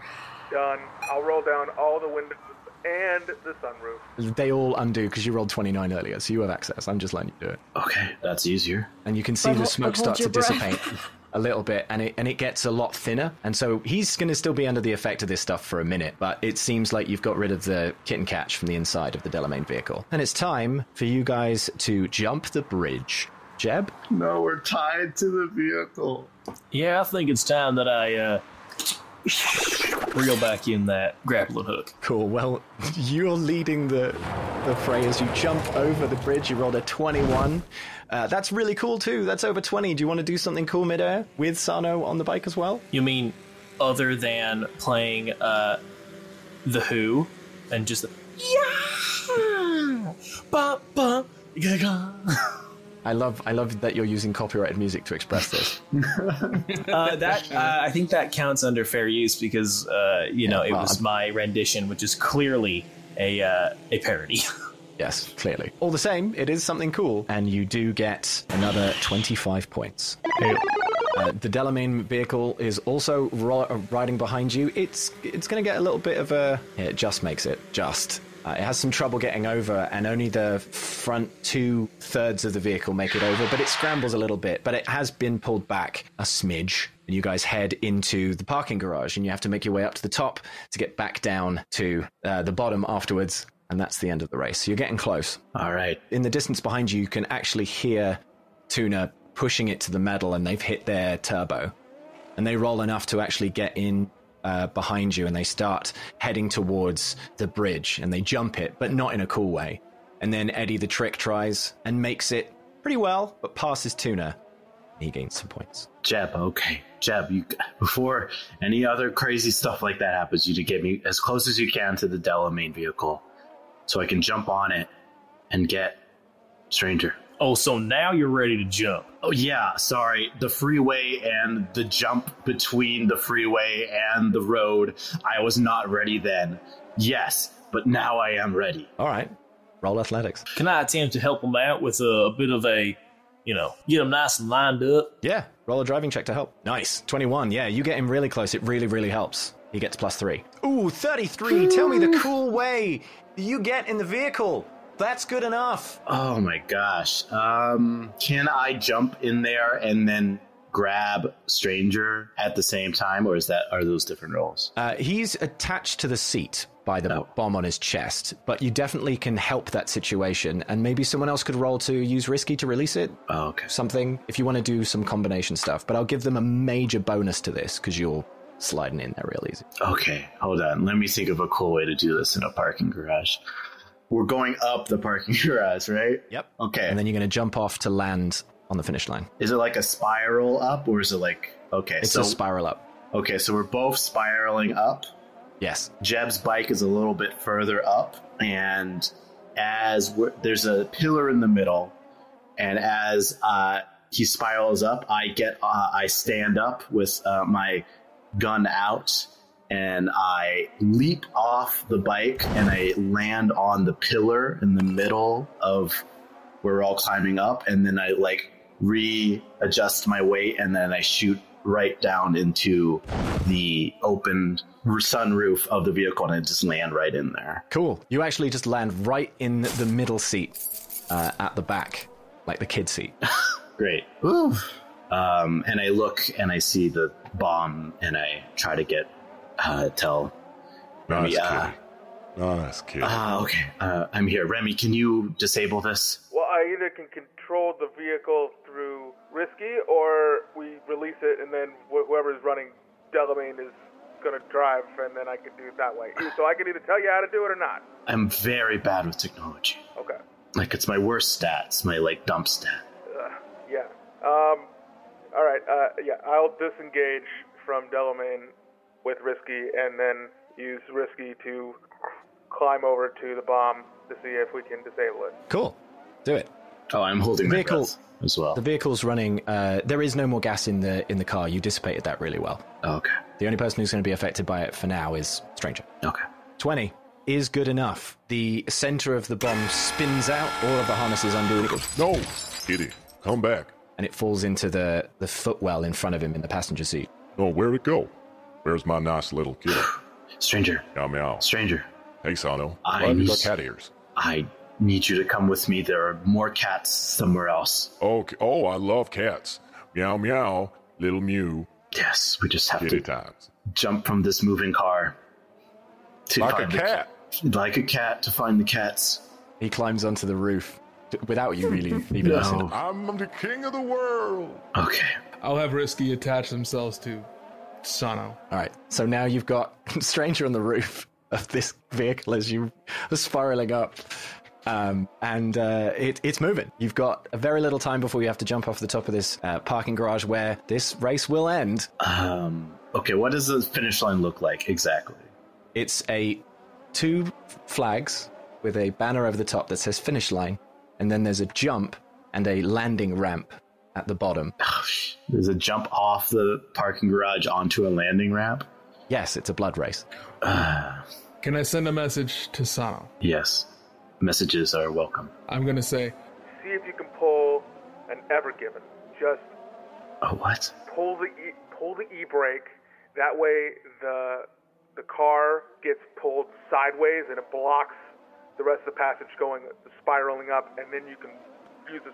Speaker 13: Done. I'll roll down all the windows and the sunroof.
Speaker 8: They all undo because you rolled 29 earlier, so you have access. I'm just letting you do it.
Speaker 2: Okay, that's easier.
Speaker 8: and you can see
Speaker 4: But
Speaker 8: the
Speaker 4: hol-
Speaker 8: smoke
Speaker 4: but hold
Speaker 8: start to
Speaker 4: your
Speaker 8: dissipate a little bit and it and it gets a lot thinner and so he's going to still be under the effect of this stuff for a minute but it seems like you've got rid of the kitten catch from the inside of the Delamain vehicle and it's time for you guys to jump the bridge Jeb
Speaker 2: No, we're tied to the vehicle.
Speaker 7: Yeah, I think it's time that I uh, reel back in that grappling hook.
Speaker 8: cool well you're leading the the fray as you jump over the bridge you rolled a 21 uh, that's really cool too that's over 20 do you want to do something cool midair with Sano on the bike as well
Speaker 7: You mean other than playing uh, the Who and just yeah, ba ba gaga.
Speaker 8: I love I love that you're using copyrighted music to express this.
Speaker 7: uh, that uh, I think that counts under fair use because uh, you know it
Speaker 8: well,
Speaker 7: was
Speaker 8: I'm-
Speaker 7: my rendition, which is clearly a uh, a parody.
Speaker 8: yes, clearly. All the same, it is something cool, and you do get another 25 points. Uh, the Delamain vehicle is also ro- uh, riding behind you. It's it's going to get a little bit of a. It just makes it just. Uh, it has some trouble getting over, and only the front two thirds of the vehicle make it over. But it scrambles a little bit, but it has been pulled back a smidge. And you guys head into the parking garage, and you have to make your way up to the top to get back down to uh, the bottom afterwards. And that's the end of the race. So you're getting close. All right. In the distance behind you, you can actually hear Tuna pushing it to the metal, and they've hit their turbo. And they roll enough to actually get in uh, behind you, and they start heading towards the bridge, and they jump it, but not in a cool way. And then Eddie the Trick tries and makes it pretty well, but passes Tuna. He gains some points.
Speaker 2: Jeb, okay. Jeb, you, before any other crazy stuff like that happens, you to get me as close as you can to the Delamain vehicle so I can jump on it and get Stranger.
Speaker 7: Oh, so now you're ready to jump.
Speaker 2: Oh, yeah, sorry. The freeway and the jump between the freeway and the road. I was not ready then. Yes, but now I am ready.
Speaker 8: All right. Roll athletics.
Speaker 7: Can I attempt to help him out with a, a bit of a, you know, get him nice and lined up?
Speaker 8: Yeah, roll a driving check to help. Nice. 21. Yeah, you get him really close. It really, really helps. He gets plus three. Ooh, 33. Tell me the cool way you get in the vehicle. That's good enough.
Speaker 2: Oh my gosh. Um, can I jump in there and then grab Stranger at the same time, or is that are those different roles?
Speaker 8: Uh, he's attached to the seat by the
Speaker 2: Oh.
Speaker 8: bomb on his chest, but you definitely can help that situation, and maybe someone else could roll to use risky to release it.
Speaker 2: Oh, okay.
Speaker 8: Something if you want to do some combination stuff, but I'll give them a major bonus to this because you're sliding in there real easy.
Speaker 2: Okay, hold on. Let me think of a cool way to do this in a parking garage. We're going up the parking garage, right?
Speaker 8: Yep.
Speaker 2: Okay.
Speaker 8: And then you're going to jump off to land on the finish line.
Speaker 2: Is it like a spiral up, or is it like okay?
Speaker 8: It's
Speaker 2: so
Speaker 8: a spiral up.
Speaker 2: Okay, so we're both spiraling up.
Speaker 8: Yes.
Speaker 2: Jeb's bike is a little bit further up, and as we're, there's a pillar in the middle, and as uh, he spirals up, I get uh, I stand up with uh, my gun out, and I leap off the bike, and I land on the pillar in the middle of where we're all climbing up, and then I like readjust my weight, and then I shoot right down into the open sunroof of the vehicle, and I just land right in there.
Speaker 8: Cool. You actually just land right in the middle seat uh, at the back, like the kid seat.
Speaker 2: Great. Um, and I look and I see the bomb, and I try to get uh, tell Remy.
Speaker 9: Nice
Speaker 2: Uh,
Speaker 9: Nice kid.
Speaker 2: ah, okay. Uh, I'm here, Remy. Can you disable this?
Speaker 13: Well, I either can control the vehicle through Risky, or we release it, and then wh- whoever's running Delamain is gonna drive, and then I can do it that way. So I can either tell you how to do it or not.
Speaker 2: I'm very bad with technology.
Speaker 13: Okay.
Speaker 2: Like it's my worst stats, my like dump stat.
Speaker 13: Ugh, yeah. Um. All right. Uh. Yeah. I'll disengage from Delamain with Risky, and then use Risky to climb over to the bomb to see if we can disable it.
Speaker 8: Cool. Do it.
Speaker 2: Oh, I'm holding
Speaker 8: the
Speaker 2: my
Speaker 8: vehicle
Speaker 2: breath as well.
Speaker 8: The vehicle's running. Uh, there is no more gas in the in the car. You dissipated that really well.
Speaker 2: Oh, Okay.
Speaker 8: The only person who's going to be affected by it for now is stranger.
Speaker 2: Okay.
Speaker 8: Twenty is good enough. The center of the bomb spins out. All of the harnesses undo, and it goes.
Speaker 9: No, idiot, come back.
Speaker 8: And it falls into the the footwell in front of him in the passenger seat.
Speaker 9: No, where'd it go? Where's my nice little kid?
Speaker 2: Stranger.
Speaker 9: Meow meow.
Speaker 2: Stranger.
Speaker 9: Hey, Sano.
Speaker 2: I
Speaker 9: Why have you got
Speaker 2: need-
Speaker 9: cat ears?
Speaker 2: I need you to come with me. There are more cats somewhere else.
Speaker 9: Okay. Oh, I love cats. Meow meow. Little mew.
Speaker 2: Yes, we just have
Speaker 9: Kitty
Speaker 2: to
Speaker 9: times.
Speaker 2: jump from this moving car. To
Speaker 9: Like a
Speaker 2: find the-
Speaker 9: cat.
Speaker 2: like a cat to find the cats.
Speaker 8: He climbs onto the roof t- without you really even
Speaker 2: No.
Speaker 8: listening.
Speaker 9: I'm the king of the world.
Speaker 2: Okay.
Speaker 6: I'll have Risky attach themselves to Sano.
Speaker 8: All right. So now you've got stranger on the roof of this vehicle as you are spiraling up. Um, and uh, it, it's moving. You've got a very little time before you have to jump off the top of this uh, parking garage where this race will end.
Speaker 2: Um, Okay, what does the finish line look like exactly?
Speaker 8: It's a two flags with a banner over the top that says finish line, and then there's a jump and a landing ramp at the bottom.
Speaker 2: There's a jump off the parking garage onto a landing ramp. Ah,
Speaker 8: Yes, it's a blood race.
Speaker 6: Can I send a message to Sano?
Speaker 2: Yes, messages are welcome.
Speaker 6: I'm gonna say,
Speaker 13: See if you can pull an ever given. Just
Speaker 2: Oh, what?
Speaker 13: pull the e- pull the e brake. That way the the car gets pulled sideways and it blocks the rest of the passage going spiraling up, and then you can use this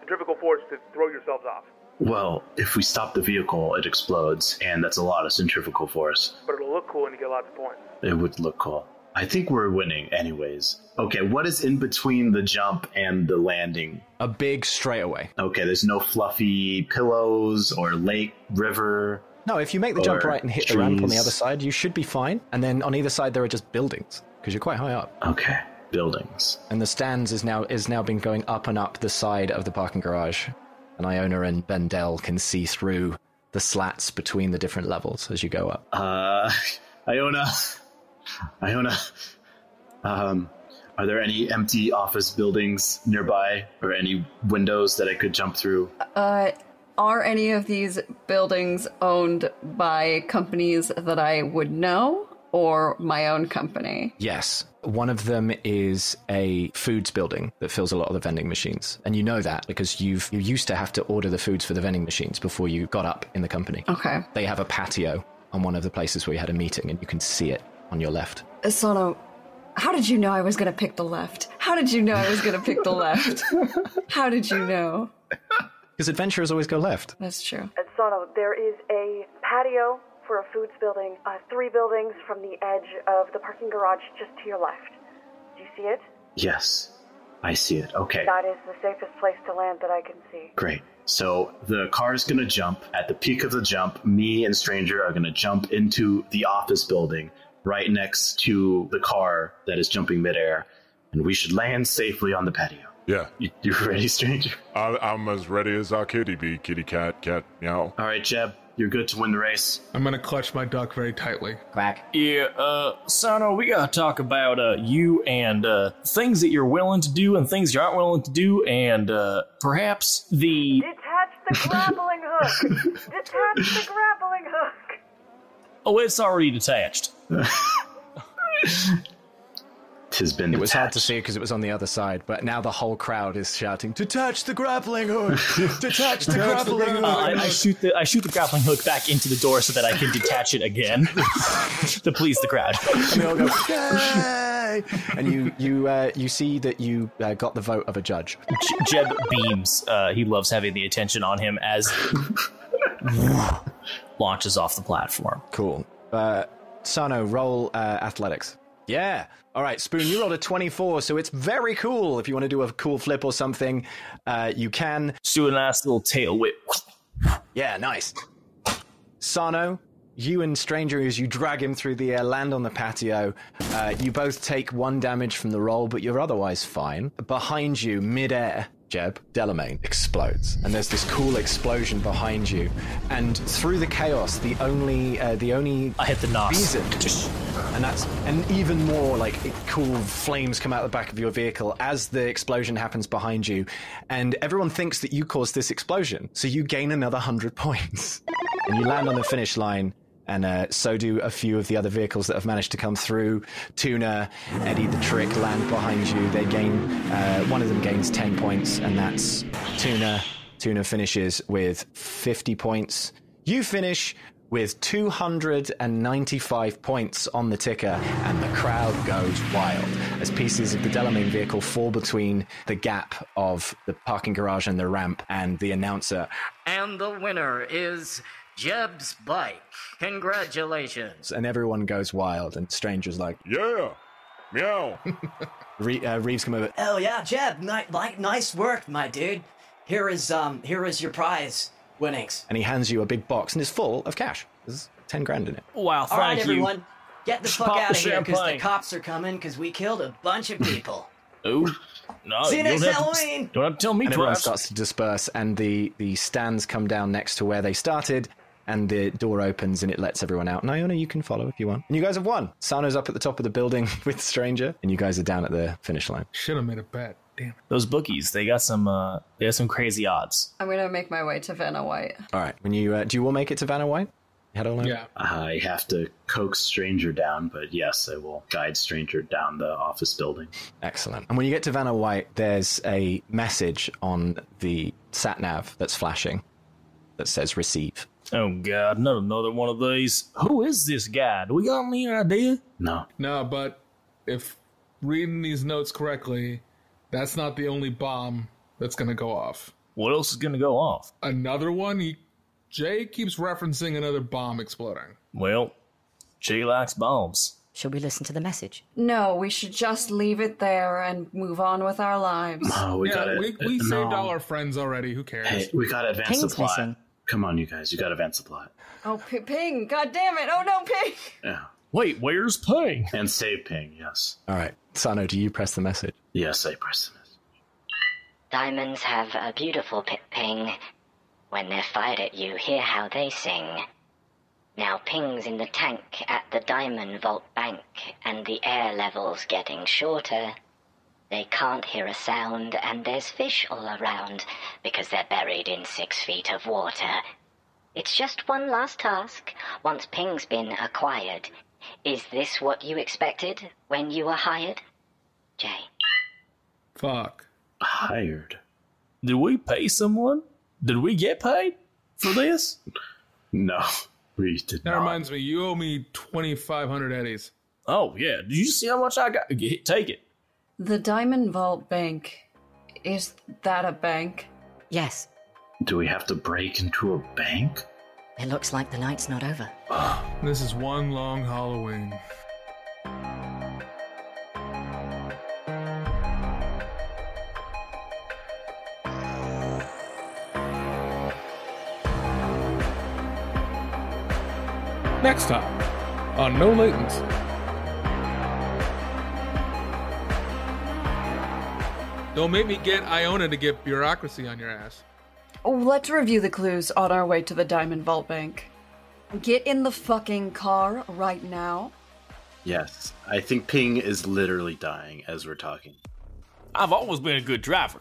Speaker 13: centrifugal force to throw yourselves off.
Speaker 2: Well, if we stop the vehicle, it explodes, and that's a lot of centrifugal force.
Speaker 13: But it'll look cool and you get lots of points.
Speaker 2: It would look cool. I think we're winning, anyways. Okay, what is in between the jump and the landing?
Speaker 8: A big straightaway.
Speaker 2: Okay, there's no fluffy pillows or lake, river.
Speaker 8: No, if you make the jump
Speaker 2: or
Speaker 8: right and hit the ramp on the
Speaker 2: trees.
Speaker 8: other side, you should be fine. And then on either side, there are just buildings because you're quite high up.
Speaker 2: Okay, buildings.
Speaker 8: And the stands is now is now been going up and up the side of the parking garage, and Iona and Bendel can see through the slats between the different levels as you go up.
Speaker 2: Uh, Iona, Iona, um, are there any empty office buildings nearby or any windows that I could jump through?
Speaker 4: Uh, are any of these buildings owned by companies that I would know or my own company?
Speaker 8: Yes. One of them is a foods building that fills a lot of the vending machines. And you know that because you've you used to have to order the foods for the vending machines before you got up in the company.
Speaker 4: Okay.
Speaker 8: They have a patio on one of the places where you had a meeting and you can see it on your left.
Speaker 4: Sono, how did you know I was going to pick the left? How did you know I was going to pick the left? How did you know?
Speaker 8: Because adventurers always go left.
Speaker 4: That's true.
Speaker 12: And Sono, there is a patio for a foods building, uh, three buildings from the edge of the parking garage just to your left. Do you see it?
Speaker 2: Yes, I see it. Okay.
Speaker 12: That is the safest place to land that I can see.
Speaker 2: Great. So the car is going to jump. At the peak of the jump, me and Stranger are going to jump into the office building right next to the car that is jumping midair, and we should land safely on the patio.
Speaker 9: Yeah.
Speaker 2: You, you ready, Stranger?
Speaker 9: I, I'm as ready as our kitty be, kitty cat, cat meow.
Speaker 2: All right, Jeb, you're good to win the race.
Speaker 6: I'm gonna clutch my duck very tightly.
Speaker 10: Quack.
Speaker 7: Yeah, uh, Sano, we gotta talk about uh, you and uh, things that you're willing to do and things you aren't willing to do, and uh, perhaps the
Speaker 12: Detach the grappling hook! Detach the grappling hook!
Speaker 7: oh, it's already detached.
Speaker 2: Tis been
Speaker 8: It was hard to
Speaker 2: detached.
Speaker 8: see because it was on the other side, but now the whole crowd is shouting, Detach the grappling hook! Detach the grappling
Speaker 7: Uh,
Speaker 8: hook!
Speaker 7: I, I shoot the I shoot the grappling hook back into the door so that I can detach it again to please the crowd.
Speaker 8: And they all go, Yay! And you, you, uh, you see that you uh, got the vote of a judge.
Speaker 7: J- Jeb beams. Uh, he loves having the attention on him as launches off the platform.
Speaker 8: Cool. Uh, Sano, roll uh, athletics. Yeah. All right, Spoon, you rolled a 24, so it's very cool. If you want to do a cool flip or something, uh, you can.
Speaker 7: Just do a nice little tail whip.
Speaker 8: Yeah, nice. Sano, you and Stranger, as you drag him through the air, land on the patio. Uh, you both take one damage from the roll, but you're otherwise fine. Behind you, midair, Jeb, Delamain explodes, and there's this cool explosion behind you. And through the chaos, the only, uh, the only
Speaker 7: I hit the nos.
Speaker 8: reason
Speaker 7: Just-
Speaker 8: and that's and even more like it- cool flames come out the back of your vehicle as the explosion happens behind you and everyone thinks that you caused this explosion so you gain another 100 points and you land on the finish line and uh, so do a few of the other vehicles that have managed to come through tuna eddie the trick land behind you they gain uh, one of them gains 10 points and that's tuna tuna finishes with 50 points you finish with 295 points on the ticker, and the crowd goes wild as pieces of the Delamain vehicle fall between the gap of the parking garage and the ramp, and the announcer.
Speaker 11: And the winner is Jeb's bike. Congratulations.
Speaker 8: And everyone goes wild, and strangers like
Speaker 9: Yeah. Meow.
Speaker 8: Re- uh, Reeves come over.
Speaker 10: Hell Oh, yeah, Jeb! Ni- like, nice work, my dude. Here is um, here is your prize winnings.
Speaker 8: and he hands you a big box, and it's full of cash. There's ten grand in it.
Speaker 7: Wow,
Speaker 10: All
Speaker 7: thank
Speaker 10: right,
Speaker 7: you.
Speaker 10: everyone, get the fuck
Speaker 7: Pop
Speaker 10: out of
Speaker 7: the
Speaker 10: here because the
Speaker 7: champagne.
Speaker 10: cops are coming because we killed a bunch of people.
Speaker 7: Oh, no,
Speaker 10: See you
Speaker 7: don't
Speaker 10: next
Speaker 7: have to-
Speaker 10: Halloween.
Speaker 7: don't have to tell me
Speaker 8: And everyone
Speaker 7: twice.
Speaker 8: starts to disperse, and the the stands come down next to where they started, and the door opens and it lets everyone out. And Iona, you can follow if you want. And you guys have won. Sano's up at the top of the building with Stranger, and you guys are down at the finish line.
Speaker 6: Should have made a bet. Damn.
Speaker 7: Those bookies, they got some. Uh, they have some crazy odds.
Speaker 4: I'm gonna make my way to Vanna White.
Speaker 8: All right. When you uh, do, you all make it to Vanna White. Head on over.
Speaker 6: Yeah.
Speaker 2: I have to coax Stranger down, but yes, I will guide Stranger down the office building.
Speaker 8: Excellent. And when you get to Vanna White, there's a message on the sat nav that's flashing that says "Receive."
Speaker 7: Oh God, not another one of these. Who is this guy? Do we got any idea?
Speaker 2: No.
Speaker 6: No, but if reading these notes correctly, that's not the only bomb that's going to go off.
Speaker 7: What else is going to go off?
Speaker 6: Another one? He, Jay keeps referencing another bomb exploding.
Speaker 7: Well, she likes bombs.
Speaker 3: Should we listen to the message?
Speaker 4: No, we should just leave it there and move on with our lives.
Speaker 2: Oh, we
Speaker 6: yeah,
Speaker 2: got it.
Speaker 6: we, we
Speaker 2: No.
Speaker 6: saved all our friends already. Who cares?
Speaker 2: Hey, we got to advance
Speaker 3: King's
Speaker 2: the plot.
Speaker 3: missing.
Speaker 2: Come on, you guys, you got to advance the plot.
Speaker 4: Oh, P- Ping! God damn it! Oh no, Ping!
Speaker 2: Yeah.
Speaker 7: Wait, where's Ping?
Speaker 2: And save ping, yes.
Speaker 8: All right, Sano, do you press the message?
Speaker 2: Yes, I press it.
Speaker 5: Diamonds have a beautiful pi- ping. When they're fired at you, hear how they sing. Now ping's in the tank at the diamond vault bank, and the air level's getting shorter. They can't hear a sound, and there's fish all around because they're buried in six feet of water. It's just one last task. Once ping's been acquired, is this what you expected when you were hired? Jay.
Speaker 6: Fuck.
Speaker 2: Hired.
Speaker 7: Did we pay someone? Did we get paid for this?
Speaker 2: No, we did
Speaker 6: That
Speaker 2: not.
Speaker 6: reminds me, you owe me 2,500 eddies.
Speaker 7: Oh yeah. Did you see how much I got? G- Take it.
Speaker 4: The Diamond Vault Bank. Is that a bank?
Speaker 3: Yes,
Speaker 2: Do we have to break into a bank?
Speaker 3: it looks like the night's not over.
Speaker 6: This is one long Halloween. Next time on No Latency. Don't make me get Iona to get bureaucracy on your ass.
Speaker 4: Oh, let's review the clues on our way to the Diamond Vault Bank. Get in the fucking car right now.
Speaker 2: Yes. I think Ping is literally dying as we're talking.
Speaker 7: I've always been a good driver.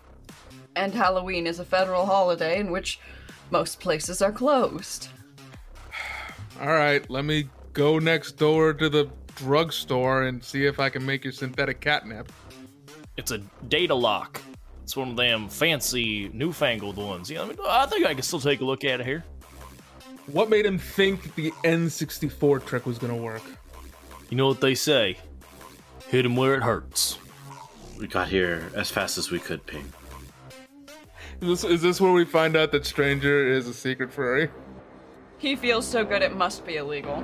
Speaker 4: And Halloween is a federal holiday in which most places are closed.
Speaker 6: All right, let me go next door to the drugstore and see if I can make your synthetic catnip.
Speaker 7: It's a data lock. It's one of them fancy, newfangled ones. Yeah, I, mean, I think I can still take a look at it here.
Speaker 6: What made him think that the N64 trick was going to work?
Speaker 7: You know what they say? Hit him where it hurts.
Speaker 2: We got here as fast as we could, Ping.
Speaker 6: Is this, is this where we find out that Stranger is a secret furry?
Speaker 4: He feels so good it must be illegal.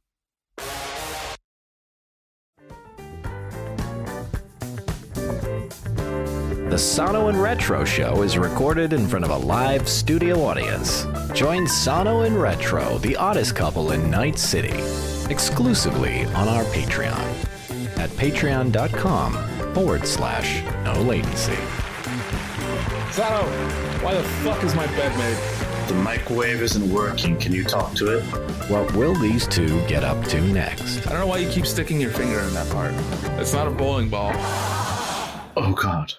Speaker 14: The Sano and Retro Show is recorded in front of a live studio audience. Join Sano and Retro, the oddest couple in Night City, exclusively on our Patreon at patreon.com forward slash no latency.
Speaker 6: Sano, why the fuck is my bed made?
Speaker 2: The microwave isn't working. Can you talk to it?
Speaker 14: What will these two get up to next?
Speaker 6: I don't know why you keep sticking your finger in that part. It's not a bowling ball.
Speaker 2: Oh, God.